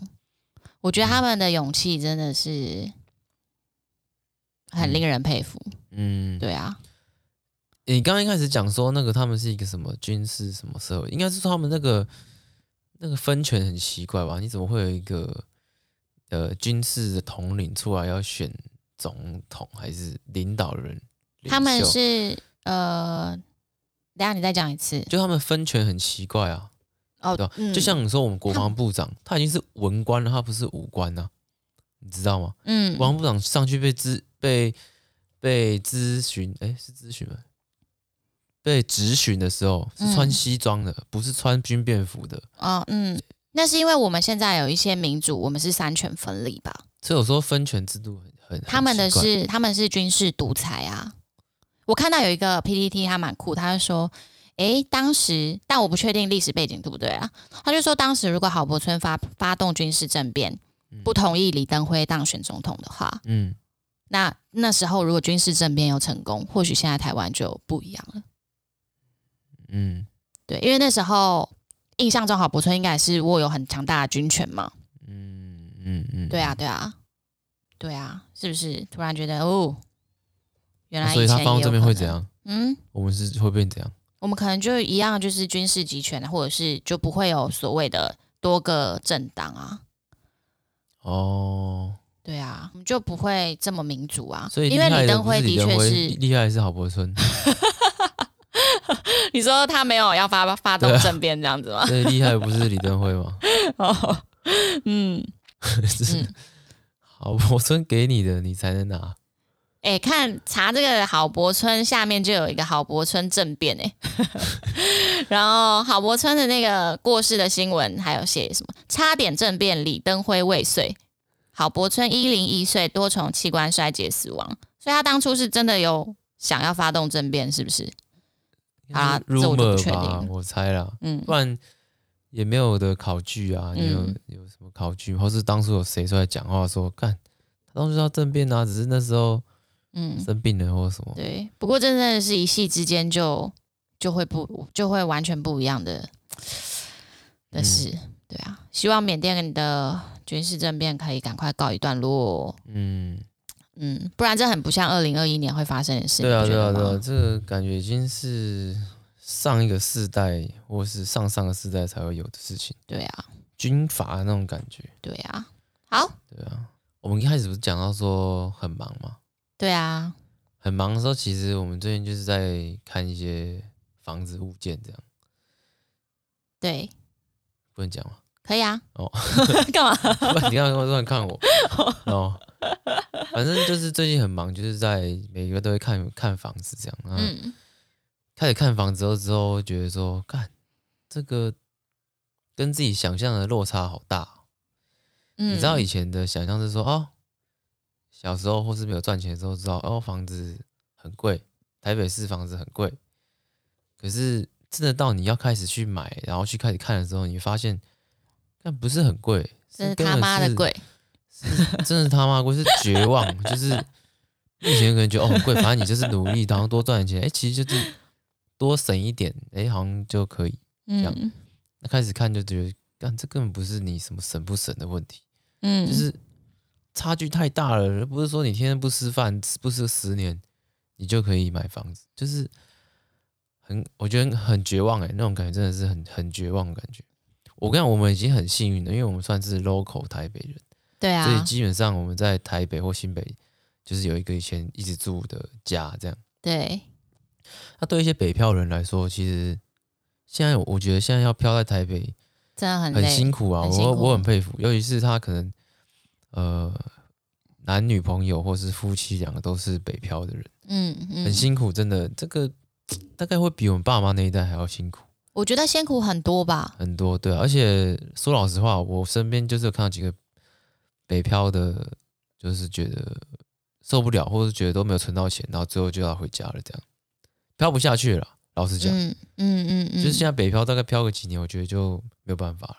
[SPEAKER 2] 我
[SPEAKER 1] 嗯
[SPEAKER 2] 觉得他们的勇气真的是很令人佩服。
[SPEAKER 1] 嗯，
[SPEAKER 2] 对啊，
[SPEAKER 1] 你刚刚一开始讲说那个他们是一个什么军事什么社会，应该是说他们那个那个分权很奇怪吧？你怎么会有一个呃军事的统领出来要选总统还是领导人？领袖
[SPEAKER 2] 他们是呃，等一下你再讲一次
[SPEAKER 1] 就他们分权很奇怪啊，
[SPEAKER 2] 哦
[SPEAKER 1] 对吧，？
[SPEAKER 2] 嗯
[SPEAKER 1] 就像你说我们国
[SPEAKER 2] 他
[SPEAKER 1] 防部长，他已经是文官了，他不是武官啊，你知道吗？
[SPEAKER 2] 嗯
[SPEAKER 1] 国防部长上去被咨被被咨询，哎、是咨询吗？被质询的时候是穿
[SPEAKER 2] 嗯
[SPEAKER 1] 西装的，不是穿军便服的。
[SPEAKER 2] 哦，嗯，那是因为我们现在有一些民主，我们是三权分立吧？
[SPEAKER 1] 所以我说分权制度很很
[SPEAKER 2] 他们的，
[SPEAKER 1] 很奇
[SPEAKER 2] 是他们是军事独裁啊。我看到有一个 PPT，他蛮酷，他就说，诶，当时，但我不确定历史背景对不对啊？他就说，当时如果郝柏村发发动军事政变，
[SPEAKER 1] 嗯
[SPEAKER 2] 不同意李登辉当选总统的话，
[SPEAKER 1] 怪嗯，
[SPEAKER 2] 那那时候如果军事政变有成功，或许现在台湾就不一样了。
[SPEAKER 1] 嗯
[SPEAKER 2] 对，因为那时候印象中郝柏村应该也是握有很强大的军权嘛。
[SPEAKER 1] 嗯嗯嗯，
[SPEAKER 2] 对啊，，对啊，对啊，是不是？突然觉得哦，原来
[SPEAKER 1] 哦所以
[SPEAKER 2] 以前
[SPEAKER 1] 他
[SPEAKER 2] 也
[SPEAKER 1] 放到
[SPEAKER 2] 有
[SPEAKER 1] 这边
[SPEAKER 2] 可
[SPEAKER 1] 会
[SPEAKER 2] 能
[SPEAKER 1] 怎？样？
[SPEAKER 2] 嗯，
[SPEAKER 1] 我们是会变怎样？
[SPEAKER 2] 我们可能就一样，就是军事集权，啊或者是就不会有所谓的多个政党啊。
[SPEAKER 1] 哦，
[SPEAKER 2] 对啊，我们就不会这么民主啊。
[SPEAKER 1] 所以
[SPEAKER 2] 因为
[SPEAKER 1] 厉害
[SPEAKER 2] 李
[SPEAKER 1] 的
[SPEAKER 2] 登
[SPEAKER 1] 不是
[SPEAKER 2] 辉
[SPEAKER 1] 李
[SPEAKER 2] 的确
[SPEAKER 1] 登辉
[SPEAKER 2] 是，
[SPEAKER 1] 厉害的是郝柏村，
[SPEAKER 2] 你说他没有要发发
[SPEAKER 1] 啊
[SPEAKER 2] 动政变这样子吗？
[SPEAKER 1] 所以厉害的不是李登辉嘛？
[SPEAKER 2] 哦， 嗯，
[SPEAKER 1] 是 郝柏村给你的，你才能拿。
[SPEAKER 2] 哎、看查这个郝柏村下面就有一个郝柏村政变哎、 然后郝柏村的那个过世的新闻还有写什么差点政变，李登辉未遂，郝柏村一零一岁多重器官衰竭死亡，所以他当初是真的有想要发动政变，是不是？啊这我就不确
[SPEAKER 1] rumor
[SPEAKER 2] 定
[SPEAKER 1] 吧
[SPEAKER 2] 了，
[SPEAKER 1] 我猜啦。
[SPEAKER 2] 嗯
[SPEAKER 1] 不然也没有的考据啊，你有、
[SPEAKER 2] 嗯
[SPEAKER 1] 有什么考据，或是当初有谁出来讲话说，干他当初要政变啊，只是那时候
[SPEAKER 2] 嗯，
[SPEAKER 1] 生病了或什么，
[SPEAKER 2] 对。不过真的是一夕之间就就会不就会完全不一样的的
[SPEAKER 1] 嗯
[SPEAKER 2] 事，对啊。希望缅甸的军事政变可以赶快告一段落。
[SPEAKER 1] 嗯，
[SPEAKER 2] 嗯，不然这很不像二零二一年会发生的事。
[SPEAKER 1] 对啊，
[SPEAKER 2] 你不
[SPEAKER 1] 对
[SPEAKER 2] 觉
[SPEAKER 1] 啊，
[SPEAKER 2] 得
[SPEAKER 1] 对啊
[SPEAKER 2] 吗，
[SPEAKER 1] 这个感觉已经是上一个世代或是上上个世代才会有的事情，
[SPEAKER 2] 对啊，
[SPEAKER 1] 军阀那种感觉，
[SPEAKER 2] 对啊。好，
[SPEAKER 1] 对啊，我们一开始不是讲到说很忙嘛，
[SPEAKER 2] 对啊，
[SPEAKER 1] 很忙的时候，其实我们最近就是在看一些房子物件，这样
[SPEAKER 2] 对，
[SPEAKER 1] 不能讲吗？
[SPEAKER 2] 可以啊。
[SPEAKER 1] 哦，
[SPEAKER 2] 干嘛？
[SPEAKER 1] 不然你刚刚突然看我，哦，反正就是最近很忙，就是在每个都会看看房子这样。 嗯，
[SPEAKER 2] 嗯，
[SPEAKER 1] 开始看房子后之后，觉得说，干这个跟自己想象的落差好大哦、
[SPEAKER 2] 嗯
[SPEAKER 1] 你知道以前的想象是说，哦，小时候或是没有赚钱的时候，知道哦房子很贵，台北市房子很贵。可是真的到你要开始去买，然后去开始看的时候，你发现，但不是很贵，
[SPEAKER 2] 真是
[SPEAKER 1] 根
[SPEAKER 2] 他
[SPEAKER 1] 本
[SPEAKER 2] 妈的
[SPEAKER 1] 是
[SPEAKER 2] 贵，
[SPEAKER 1] 真的他妈贵，是 绝望， 就是你以前可能觉得哦很贵，反正你就是努力，然后多赚点钱，哎、其实就是多省一点，哎、好像就可以。样
[SPEAKER 2] 嗯
[SPEAKER 1] 那开始看就觉得，干这根本不是你什么省不省的问题，
[SPEAKER 2] 嗯，
[SPEAKER 1] 就是差距太大了。不是说你天天不吃饭，不吃十年，你就可以买房子，就是很我觉得很绝望哎、那种感觉真的是很很绝望的感觉。我跟你讲，我们已经很幸运了，因为我们算是 local 台北人。
[SPEAKER 2] 对
[SPEAKER 1] 所以
[SPEAKER 2] 啊，
[SPEAKER 1] 基本上我们在台北或新北，就是有一个以前一直住的家这样。
[SPEAKER 2] 对，
[SPEAKER 1] 那对一些北漂人来说，其实现在我觉得现在要漂在台北
[SPEAKER 2] 真的很
[SPEAKER 1] 很
[SPEAKER 2] 累，
[SPEAKER 1] 辛苦啊，
[SPEAKER 2] 很辛苦
[SPEAKER 1] 我我很佩服，尤其是他可能呃男女朋友或是夫妻两个都是北漂的人，
[SPEAKER 2] 嗯嗯，
[SPEAKER 1] 很辛苦，真的这个大概会比我们爸妈那一代还要辛苦
[SPEAKER 2] 我觉得辛苦很多吧，
[SPEAKER 1] 很多，对啊。而且说老实话，我身边就是有看到几个北漂的，就是觉得受不了，或者觉得都没有存到钱，然后最后就要回家了，这样漂不下去了。老实讲，
[SPEAKER 2] 嗯嗯嗯嗯，
[SPEAKER 1] 就是现在北漂大概漂个几年，我觉得就没有办法了。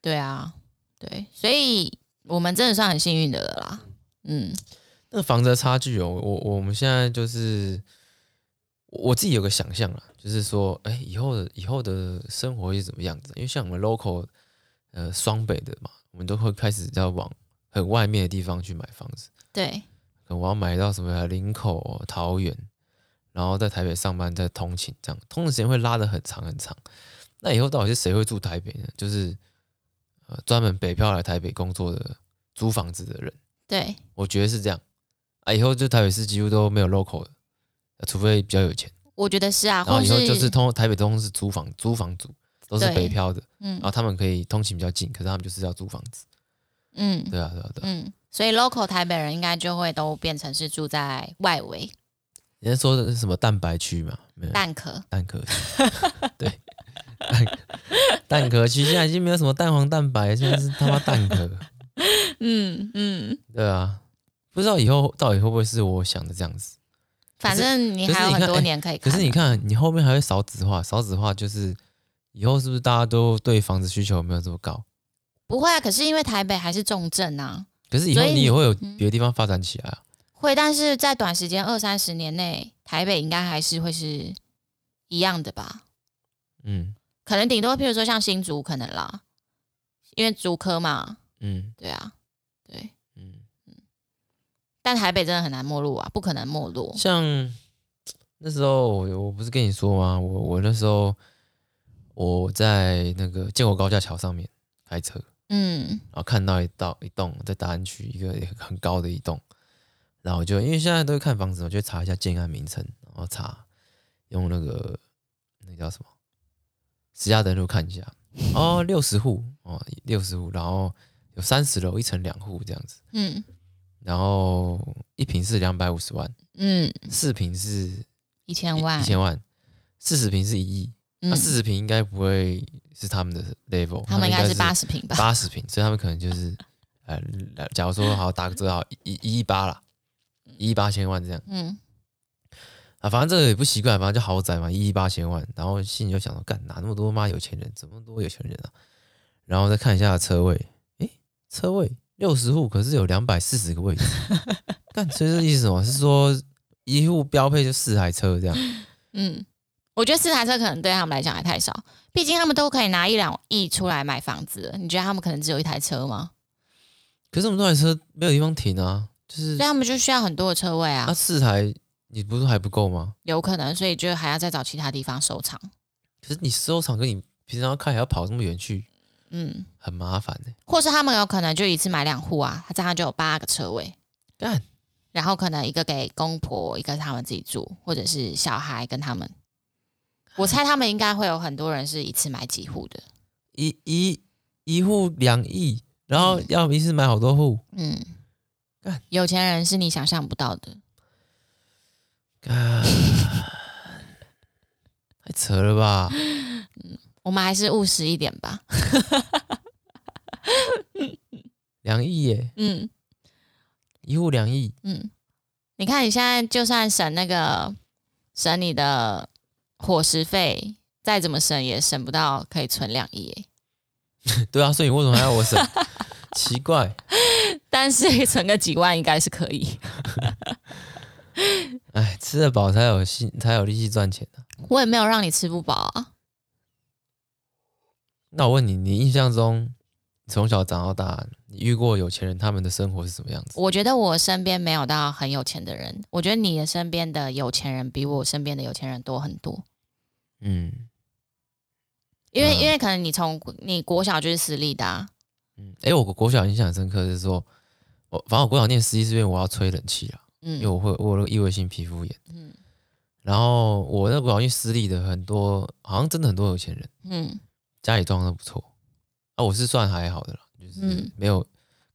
[SPEAKER 2] 对啊，对，所以我们真的算很幸运的了啦，嗯
[SPEAKER 1] 那个房子的差距哦，我我们现在就是我我自己有个想象啦，就是说，哎，以后的以后的生活会是怎么样子？因为像我们 local 呃双北的嘛，我们都会开始要往很外面的地方去买房子。
[SPEAKER 2] 对，
[SPEAKER 1] 可能我要买到什么林口、桃园，然后在台北上班，再通勤，这样通勤时间会拉得很长很长。那以后到底是谁会住台北呢？就是呃，专门北漂来台北工作的租房子的人，
[SPEAKER 2] 对，
[SPEAKER 1] 我觉得是这样啊。以后就台北市几乎都没有 local 的，呃除非比较有钱。
[SPEAKER 2] 我觉得是啊，
[SPEAKER 1] 然后
[SPEAKER 2] 或
[SPEAKER 1] 以后就是
[SPEAKER 2] 是
[SPEAKER 1] 通台北通常是租房租房族，都是
[SPEAKER 2] 对
[SPEAKER 1] 北漂的，
[SPEAKER 2] 嗯
[SPEAKER 1] 然后他们可以通勤比较近，可是他们就是要租房子。
[SPEAKER 2] 嗯
[SPEAKER 1] 对啊，对啊，对啊。
[SPEAKER 2] 嗯，所以 local 台北人应该就会都变成是住在外围
[SPEAKER 1] 人家说的是什么蛋白区嘛？没有。
[SPEAKER 2] 蛋壳，
[SPEAKER 1] 蛋壳区，对， 蛋蛋壳区现在已经没有什么蛋黄蛋白，现在是他妈蛋壳，
[SPEAKER 2] 嗯嗯，
[SPEAKER 1] 对啊，不知道以后到底会不会是我想的这样子。可
[SPEAKER 2] 反
[SPEAKER 1] 是
[SPEAKER 2] 正你
[SPEAKER 1] 可是
[SPEAKER 2] 还有
[SPEAKER 1] 你
[SPEAKER 2] 很
[SPEAKER 1] 看
[SPEAKER 2] 多
[SPEAKER 1] 哎
[SPEAKER 2] 年可以
[SPEAKER 1] 可
[SPEAKER 2] 看的，
[SPEAKER 1] 是你看，你后面还会少子化，少子化就是以后是不是大家都对房子需求没有这么高？
[SPEAKER 2] 不会啊，可是因为台北还是重症啊，
[SPEAKER 1] 可是以后
[SPEAKER 2] 所以
[SPEAKER 1] 你
[SPEAKER 2] 你嗯
[SPEAKER 1] 也会有别的地方发展起来啊。
[SPEAKER 2] 会，但是在短时间二三十年内，台北应该还是会是一样的吧？
[SPEAKER 1] 嗯
[SPEAKER 2] 可能顶多譬如说像新竹可能啦，因为竹科嘛，
[SPEAKER 1] 嗯
[SPEAKER 2] 对啊，对。
[SPEAKER 1] 嗯，
[SPEAKER 2] 但台北真的很难没落啊，不可能没落。
[SPEAKER 1] 像那时候我我不是跟你说吗？我我那时候我在那个建国高架桥上面开车。
[SPEAKER 2] 嗯
[SPEAKER 1] 然后看到一道一栋在大安区一个很高的一栋，然后我就因为现在都会看房子嘛，我就查一下建案名称，然后查用那个那叫什么实价登录看一下，哦，六十户哦，六十户，然后有三十楼，一层两户这样子，
[SPEAKER 2] 嗯
[SPEAKER 1] 然后一平是两百五十万，
[SPEAKER 2] 嗯，
[SPEAKER 1] 四平是
[SPEAKER 2] 一千万，
[SPEAKER 1] 一千万，四十平是一亿，那
[SPEAKER 2] 嗯，
[SPEAKER 1] 啊四十平应该不会是他们的 level，
[SPEAKER 2] 他们应该是
[SPEAKER 1] 是
[SPEAKER 2] 八十平吧？
[SPEAKER 1] 八十平，所以他们可能就是，呃，来假如说好打个折好一一亿八啦，一亿八千万这样
[SPEAKER 2] 嗯
[SPEAKER 1] 啊，反正这个也不奇怪，反正就豪宅嘛，一亿八千万。然后心里就想说，干哪那么多妈有钱人，怎么那么多有钱人啊？然后再看一下车位，诶，车位六十户，可是有两百四十个位置，干，所以这意思是什么？是说一户标配就四台车这样？
[SPEAKER 2] 嗯，我觉得四台车可能对他们来讲还太少，毕竟他们都可以拿一两亿出来买房子了，你觉得他们可能只有一台车吗？
[SPEAKER 1] 可是我们这台车没有地方停啊，就是
[SPEAKER 2] 所以他们就需要很多的车位啊
[SPEAKER 1] 啊，四台你不是还不够吗？
[SPEAKER 2] 有可能，所以就还要再找其他地方收藏。
[SPEAKER 1] 可是你收藏跟你平常要开还要跑这么远去，
[SPEAKER 2] 嗯，
[SPEAKER 1] 很麻烦欸呢、
[SPEAKER 2] 或是他们有可能就一次买两户啊，他这样就有八个车位，
[SPEAKER 1] 干，
[SPEAKER 2] 然后可能一个给公婆，一个他们自己住，或者是小孩跟 他们。我猜他们应该会有很多人是一次买几户的。
[SPEAKER 1] 一一一户两亿，然后要一次买好多户，
[SPEAKER 2] 嗯，
[SPEAKER 1] 干
[SPEAKER 2] 有钱人是你想象不到的。
[SPEAKER 1] 干，太扯了吧？
[SPEAKER 2] 我们还是务实一点吧。
[SPEAKER 1] 两亿耶，
[SPEAKER 2] 嗯
[SPEAKER 1] 一户两亿，
[SPEAKER 2] 嗯，你看你现在就算省那个省你的伙食费，再怎么省也省不到可以存两亿耶，
[SPEAKER 1] 对啊，所以你为什么还要我省？ 奇怪，
[SPEAKER 2] 但是存个几万应该是可以。
[SPEAKER 1] 哎，吃得饱才有心，才有力气赚钱啊。
[SPEAKER 2] 我也没有让你吃不饱啊。
[SPEAKER 1] 那我问你，你印象中你从小长到大，你遇过有钱人他们的生活是什么样子？
[SPEAKER 2] 我觉得我身边没有到很有钱的人，我觉得你的身边的有钱人比我身边的有钱人多很多。
[SPEAKER 1] 嗯
[SPEAKER 2] 因为、
[SPEAKER 1] 嗯
[SPEAKER 2] 因为可能你从你国小就是私立的、啊，
[SPEAKER 1] 嗯，哎、我国小印象很深刻的是说，我反正我国小念十一是因为我要吹冷气啊，因为
[SPEAKER 2] 嗯
[SPEAKER 1] 我会我有那个异位性皮肤炎。
[SPEAKER 2] 嗯
[SPEAKER 1] 然后我那国小因为私立的很多，好像真的很多有钱人，
[SPEAKER 2] 嗯
[SPEAKER 1] 家里状况都不错。啊，我是算还好的啦，就是
[SPEAKER 2] 嗯
[SPEAKER 1] 没有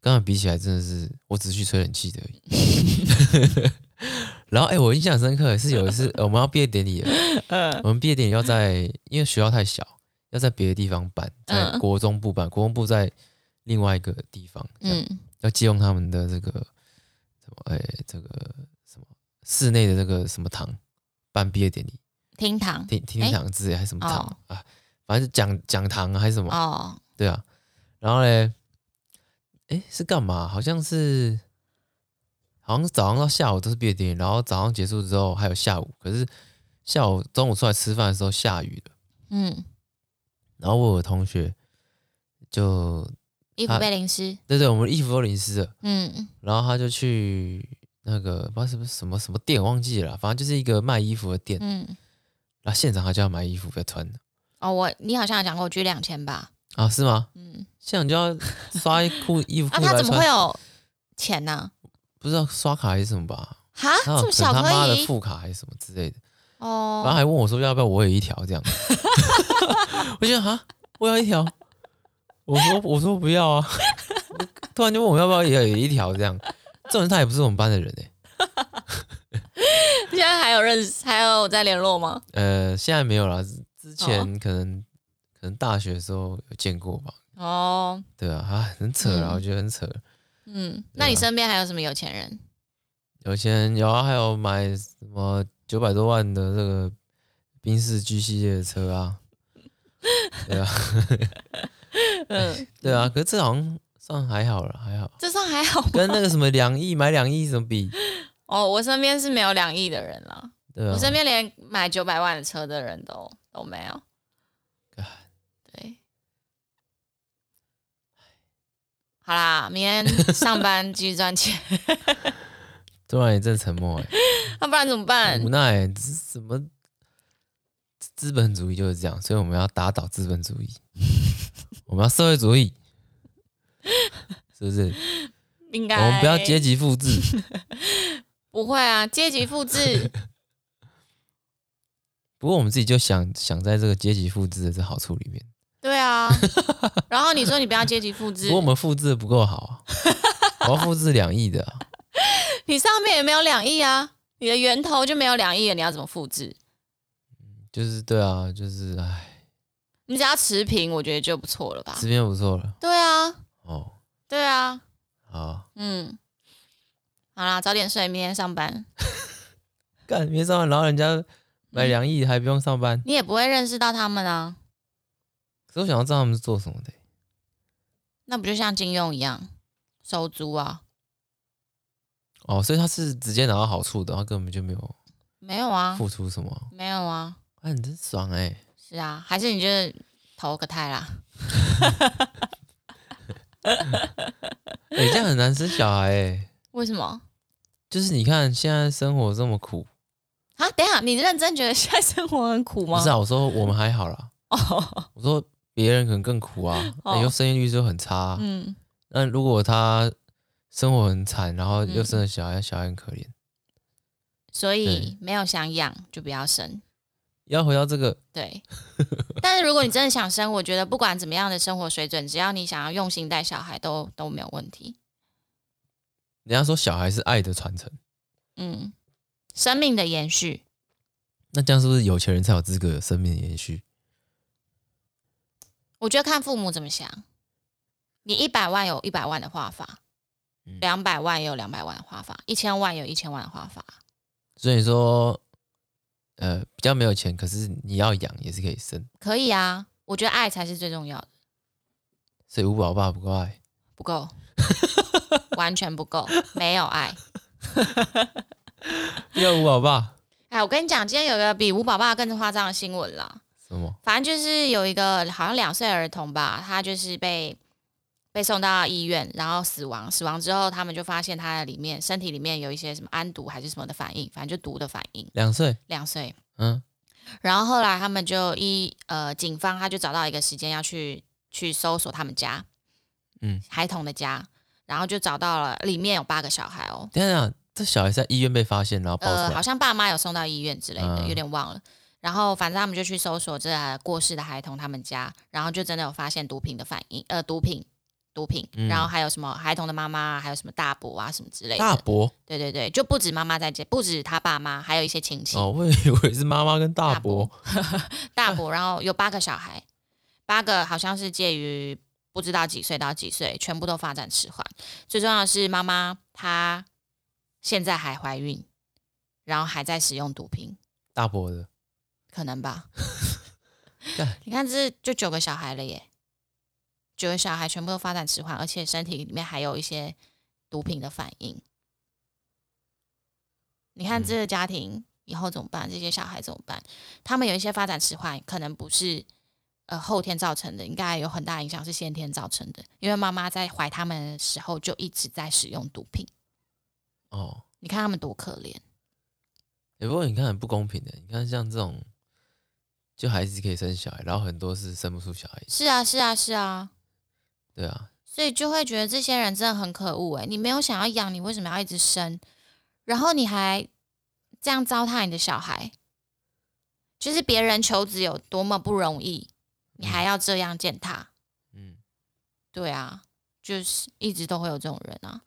[SPEAKER 1] 跟他们比起来，真的是我只是去吹冷气的而已。 然后，哎、我印象深刻的是有一次呃我们要毕业典礼了，
[SPEAKER 2] 嗯
[SPEAKER 1] 我们毕业典礼要在，因为学校太小，要在别的地方办，在
[SPEAKER 2] 嗯
[SPEAKER 1] 国中部办，国中部在另外一个地方，嗯，
[SPEAKER 2] 嗯
[SPEAKER 1] 要借用他们的这个什么，哎、这个什么室内的这个什么堂办毕业典礼，
[SPEAKER 2] 厅堂
[SPEAKER 1] 厅厅
[SPEAKER 2] 诶
[SPEAKER 1] 堂之类还是什么堂、
[SPEAKER 2] 哦
[SPEAKER 1] 啊，反正是讲讲堂啊还是什么，
[SPEAKER 2] 哦，
[SPEAKER 1] 对啊。然后嘞，哎是干嘛？好像是，好像是早上到下午都是毕业典礼，然后早上结束之后还有下午，可是下午中午出来吃饭的时候下雨了，
[SPEAKER 2] 嗯，
[SPEAKER 1] 然后我有个同学就
[SPEAKER 2] 衣
[SPEAKER 1] 他
[SPEAKER 2] 服被淋湿，
[SPEAKER 1] 对对，我们的衣服都淋湿了，
[SPEAKER 2] 嗯
[SPEAKER 1] 然后他就去那个不知道是不是什么什么店忘记了啦，反正就是一个卖衣服的店，
[SPEAKER 2] 嗯，
[SPEAKER 1] 然后现场他就要买衣服要穿的
[SPEAKER 2] 哦，我你好像有讲过我 G 两千吧，
[SPEAKER 1] 啊，是吗？
[SPEAKER 2] 嗯，
[SPEAKER 1] 现场就要刷一裤衣服
[SPEAKER 2] 啊，
[SPEAKER 1] 裤来
[SPEAKER 2] 他
[SPEAKER 1] 穿，
[SPEAKER 2] 怎么会有钱呢？
[SPEAKER 1] 不知道刷卡还是什么吧？
[SPEAKER 2] 哈，
[SPEAKER 1] 他好
[SPEAKER 2] 啊这么小
[SPEAKER 1] 啊可能他妈
[SPEAKER 2] 可
[SPEAKER 1] 的
[SPEAKER 2] 以
[SPEAKER 1] 副卡还是什么之类的，然后
[SPEAKER 2] 哦，
[SPEAKER 1] 还问我说要不要我也一条这样， 我就想哈，我要一条， 我说我说不要啊， 突然就问我要不要也有一条这样，这种人他也不是我们班的人哎、
[SPEAKER 2] 现在还有认识，还有在联络吗？
[SPEAKER 1] 呃，现在没有啦，之前可能、可能大学的时候有见过吧，
[SPEAKER 2] 哦，
[SPEAKER 1] 对啊，啊很扯啦，
[SPEAKER 2] 嗯
[SPEAKER 1] 我觉得很扯，
[SPEAKER 2] 嗯，那你
[SPEAKER 1] 啊
[SPEAKER 2] 身边还有什么有钱人？
[SPEAKER 1] 有钱有啊，还有买什么九百多万的这个宾士 G 系列的车啊，对啊，
[SPEAKER 2] 嗯，
[SPEAKER 1] 对啊，可是这好像算还好了，还好，
[SPEAKER 2] 这算还好吧
[SPEAKER 1] 跟那个什么两亿买两亿怎么比？
[SPEAKER 2] 哦，我身边是没有两亿的人了，
[SPEAKER 1] 对啊
[SPEAKER 2] 我，身边连买九百万的车的人都都没有。对，好啦，明天上班继续赚钱，
[SPEAKER 1] 突然一阵沉默、
[SPEAKER 2] 要不然怎么
[SPEAKER 1] 哎，
[SPEAKER 2] 办
[SPEAKER 1] 无？奈、欸，这怎么资资本主义就是这样，所以我们要打倒资本主义，我们要社会主义，是不是？
[SPEAKER 2] 应
[SPEAKER 1] 我
[SPEAKER 2] 该
[SPEAKER 1] 们不要阶级复制，
[SPEAKER 2] 不会啊，阶级 复制
[SPEAKER 1] 不过我们自己就想想在这个阶级复制的这好处里面。
[SPEAKER 2] 对啊。然后你说你不要阶级复制
[SPEAKER 1] 不过，我们复制的不够好啊，我要复制两亿的啊、
[SPEAKER 2] 你上面也没有两亿啊，你的源头就没有两亿了，你要怎么复制？
[SPEAKER 1] 就是对啊，就是哎，
[SPEAKER 2] 你只要持平，我觉得就不错了吧
[SPEAKER 1] 这？边不错了
[SPEAKER 2] 对啊，
[SPEAKER 1] 哦，
[SPEAKER 2] 对啊，
[SPEAKER 1] 好，
[SPEAKER 2] 嗯。好啦，早点睡，明天上班。
[SPEAKER 1] 干别上班，然后人家买两亿还不用上班，
[SPEAKER 2] 你也不会认识到他们啊，
[SPEAKER 1] 可是我想要知道他们是做什么的、
[SPEAKER 2] 那不就像金庸一样收租啊？
[SPEAKER 1] 哦，所以他是直接拿到好处的，他根本就没有
[SPEAKER 2] 没有啊，
[SPEAKER 1] 付出什么，
[SPEAKER 2] 没有啊，
[SPEAKER 1] 啊，你真爽哎、
[SPEAKER 2] 是啊，还是你就是投个胎啦？
[SPEAKER 1] 欸，这样很难生小孩哎、
[SPEAKER 2] 为什么？
[SPEAKER 1] 就是你看现在生活这么苦，
[SPEAKER 2] 啊，等一下，你认真觉得现在生活很苦
[SPEAKER 1] 不
[SPEAKER 2] 吗？
[SPEAKER 1] 是啊，我说我们还好啦，
[SPEAKER 2] 哦，
[SPEAKER 1] 我说别人可能更苦啊，
[SPEAKER 2] 哦
[SPEAKER 1] 那以后生育率就很差、啊，
[SPEAKER 2] 嗯，
[SPEAKER 1] 那如果他生活很惨，然后又生了小孩，小孩很可怜，
[SPEAKER 2] 所
[SPEAKER 1] 对
[SPEAKER 2] 以没有想养就不要生，
[SPEAKER 1] 要回到这个，
[SPEAKER 2] 对。 但是如果你真的想生，我觉得不管怎么样的生活水准，只要你想要用心带小孩都，都没有问题。
[SPEAKER 1] 人家说小孩是爱的传承，
[SPEAKER 2] 嗯，生命的延续，
[SPEAKER 1] 那这样是不是有钱人才有资格有生命延续？
[SPEAKER 2] 我觉得看父母怎么想。你一百万有一百万的花法，
[SPEAKER 1] 嗯
[SPEAKER 2] 两百万也有两百万的花法，一千万有一千万的花法。
[SPEAKER 1] 所以说，呃，比较没有钱，可是你要养也是可以生，
[SPEAKER 2] 可以啊，我觉得爱才是最重要的，
[SPEAKER 1] 所以五宝爸不够爱。
[SPEAKER 2] 不够， 完全不够，没有爱。
[SPEAKER 1] 要五宝爸
[SPEAKER 2] 哎，我跟你讲，今天有个比吴宝爸更夸张的新闻啦。
[SPEAKER 1] 什么？
[SPEAKER 2] 反正就是有一个好像两岁儿童吧，他就是被被送到医院，然后死亡。死亡之后，他们就发现他的里面身体里面有一些什么氨毒还是什么的反应，反正就毒的反应。
[SPEAKER 1] 两岁？
[SPEAKER 2] 两岁，
[SPEAKER 1] 嗯，
[SPEAKER 2] 然后后来他们就一呃，警方他就找到一个时间要去去搜索他们家，
[SPEAKER 1] 嗯，
[SPEAKER 2] 孩童的家，然后就找到了里面有八个小孩哦，
[SPEAKER 1] 等一下等一下，这小孩在医院被发现，然后爆
[SPEAKER 2] 呃，
[SPEAKER 1] 出
[SPEAKER 2] 好
[SPEAKER 1] 来，
[SPEAKER 2] 像爸妈有送到医院之类的，
[SPEAKER 1] 嗯
[SPEAKER 2] 有点忘了。然后反正他们就去搜索这呃过世的孩童他们家，然后就真的有发现毒品的反应，呃，毒品。毒品，
[SPEAKER 1] 嗯
[SPEAKER 2] 然后还有什么孩童的妈妈，还有什么大伯啊，什么之类的。
[SPEAKER 1] 大伯
[SPEAKER 2] 对对对，就不止妈妈在这，不止他爸妈，还有一些亲戚。
[SPEAKER 1] 哦，我以为是妈妈跟大伯，
[SPEAKER 2] 大伯，然后有八个小孩，八个好像是介于不知道几岁到几岁，全部都发展迟缓。最重要的是，妈妈她现在还怀孕，然后还在使用毒品，
[SPEAKER 1] 大伯的
[SPEAKER 2] 可能吧
[SPEAKER 1] 干。
[SPEAKER 2] 你看这就九个小孩了耶，九个小孩全部都发展迟缓，而且身体里面还有一些毒品的反应。你看
[SPEAKER 1] 嗯
[SPEAKER 2] 这个家庭以后怎么办？这些小孩怎么办？他们有一些发展迟缓，可能不是呃后天造成的，应该有很大影响是先天造成的，因为妈妈在怀他们的时候就一直在使用毒品。
[SPEAKER 1] 哦。
[SPEAKER 2] 你看他们多可怜，
[SPEAKER 1] 欸也不过你看很不公平的，你看像这种，就孩子可以生小孩，然后很多是生不出小孩，
[SPEAKER 2] 是啊，是啊，是啊。
[SPEAKER 1] 对啊，
[SPEAKER 2] 所以就会觉得这些人真的很可恶哎、你没有想要养，你为什么要一直生？然后你还这样糟蹋你的小孩，就是别人求子有多么不容易，你还要这样践踏。
[SPEAKER 1] 嗯，
[SPEAKER 2] 对啊，就是一直都会有这种人啊。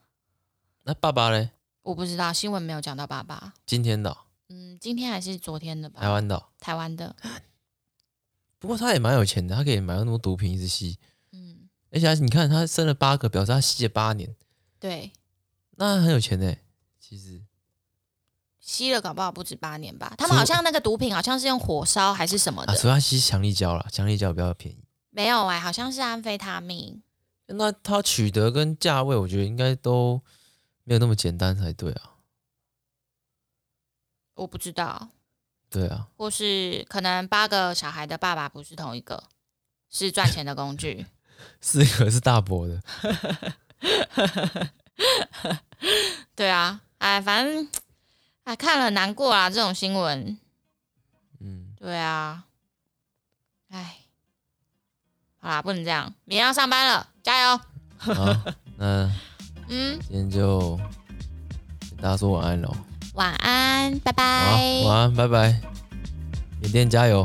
[SPEAKER 1] 那爸爸嘞？
[SPEAKER 2] 我不知道新闻没有讲到爸爸，
[SPEAKER 1] 今天的哦
[SPEAKER 2] 嗯，今天还是昨天的吧？
[SPEAKER 1] 台湾的哦，
[SPEAKER 2] 台湾的，
[SPEAKER 1] 不过他也蛮有钱的，他可以买那么多毒品一直吸，
[SPEAKER 2] 嗯，
[SPEAKER 1] 而且他你看他生了八个，表示他吸了八年，
[SPEAKER 2] 对，
[SPEAKER 1] 那他很有钱呢。其实
[SPEAKER 2] 吸了搞不好不止八年吧。他们好像那个毒品好像是用火烧还是什么
[SPEAKER 1] 啊，
[SPEAKER 2] 的，
[SPEAKER 1] 除非他吸强力胶啦，强力胶比较便宜。
[SPEAKER 2] 没有哎、好像是安非他命。
[SPEAKER 1] 那他取得跟价位，我觉得应该都没有那么简单才对啊，
[SPEAKER 2] 我不知道，
[SPEAKER 1] 对啊，
[SPEAKER 2] 或是可能八个小孩的爸爸不是同一个，是赚钱的工具。
[SPEAKER 1] 四个是大伯的，
[SPEAKER 2] 对啊，哎，反正哎看了难过啊，这种新闻。
[SPEAKER 1] 嗯，
[SPEAKER 2] 对啊，哎，好啦，不能这样，明天要上班了，加油。
[SPEAKER 1] 好，那
[SPEAKER 2] 嗯，
[SPEAKER 1] 今天就跟大家说晚安喽，
[SPEAKER 2] 晚安，拜
[SPEAKER 1] 好
[SPEAKER 2] 拜。，
[SPEAKER 1] 晚安，拜拜，缅甸加油。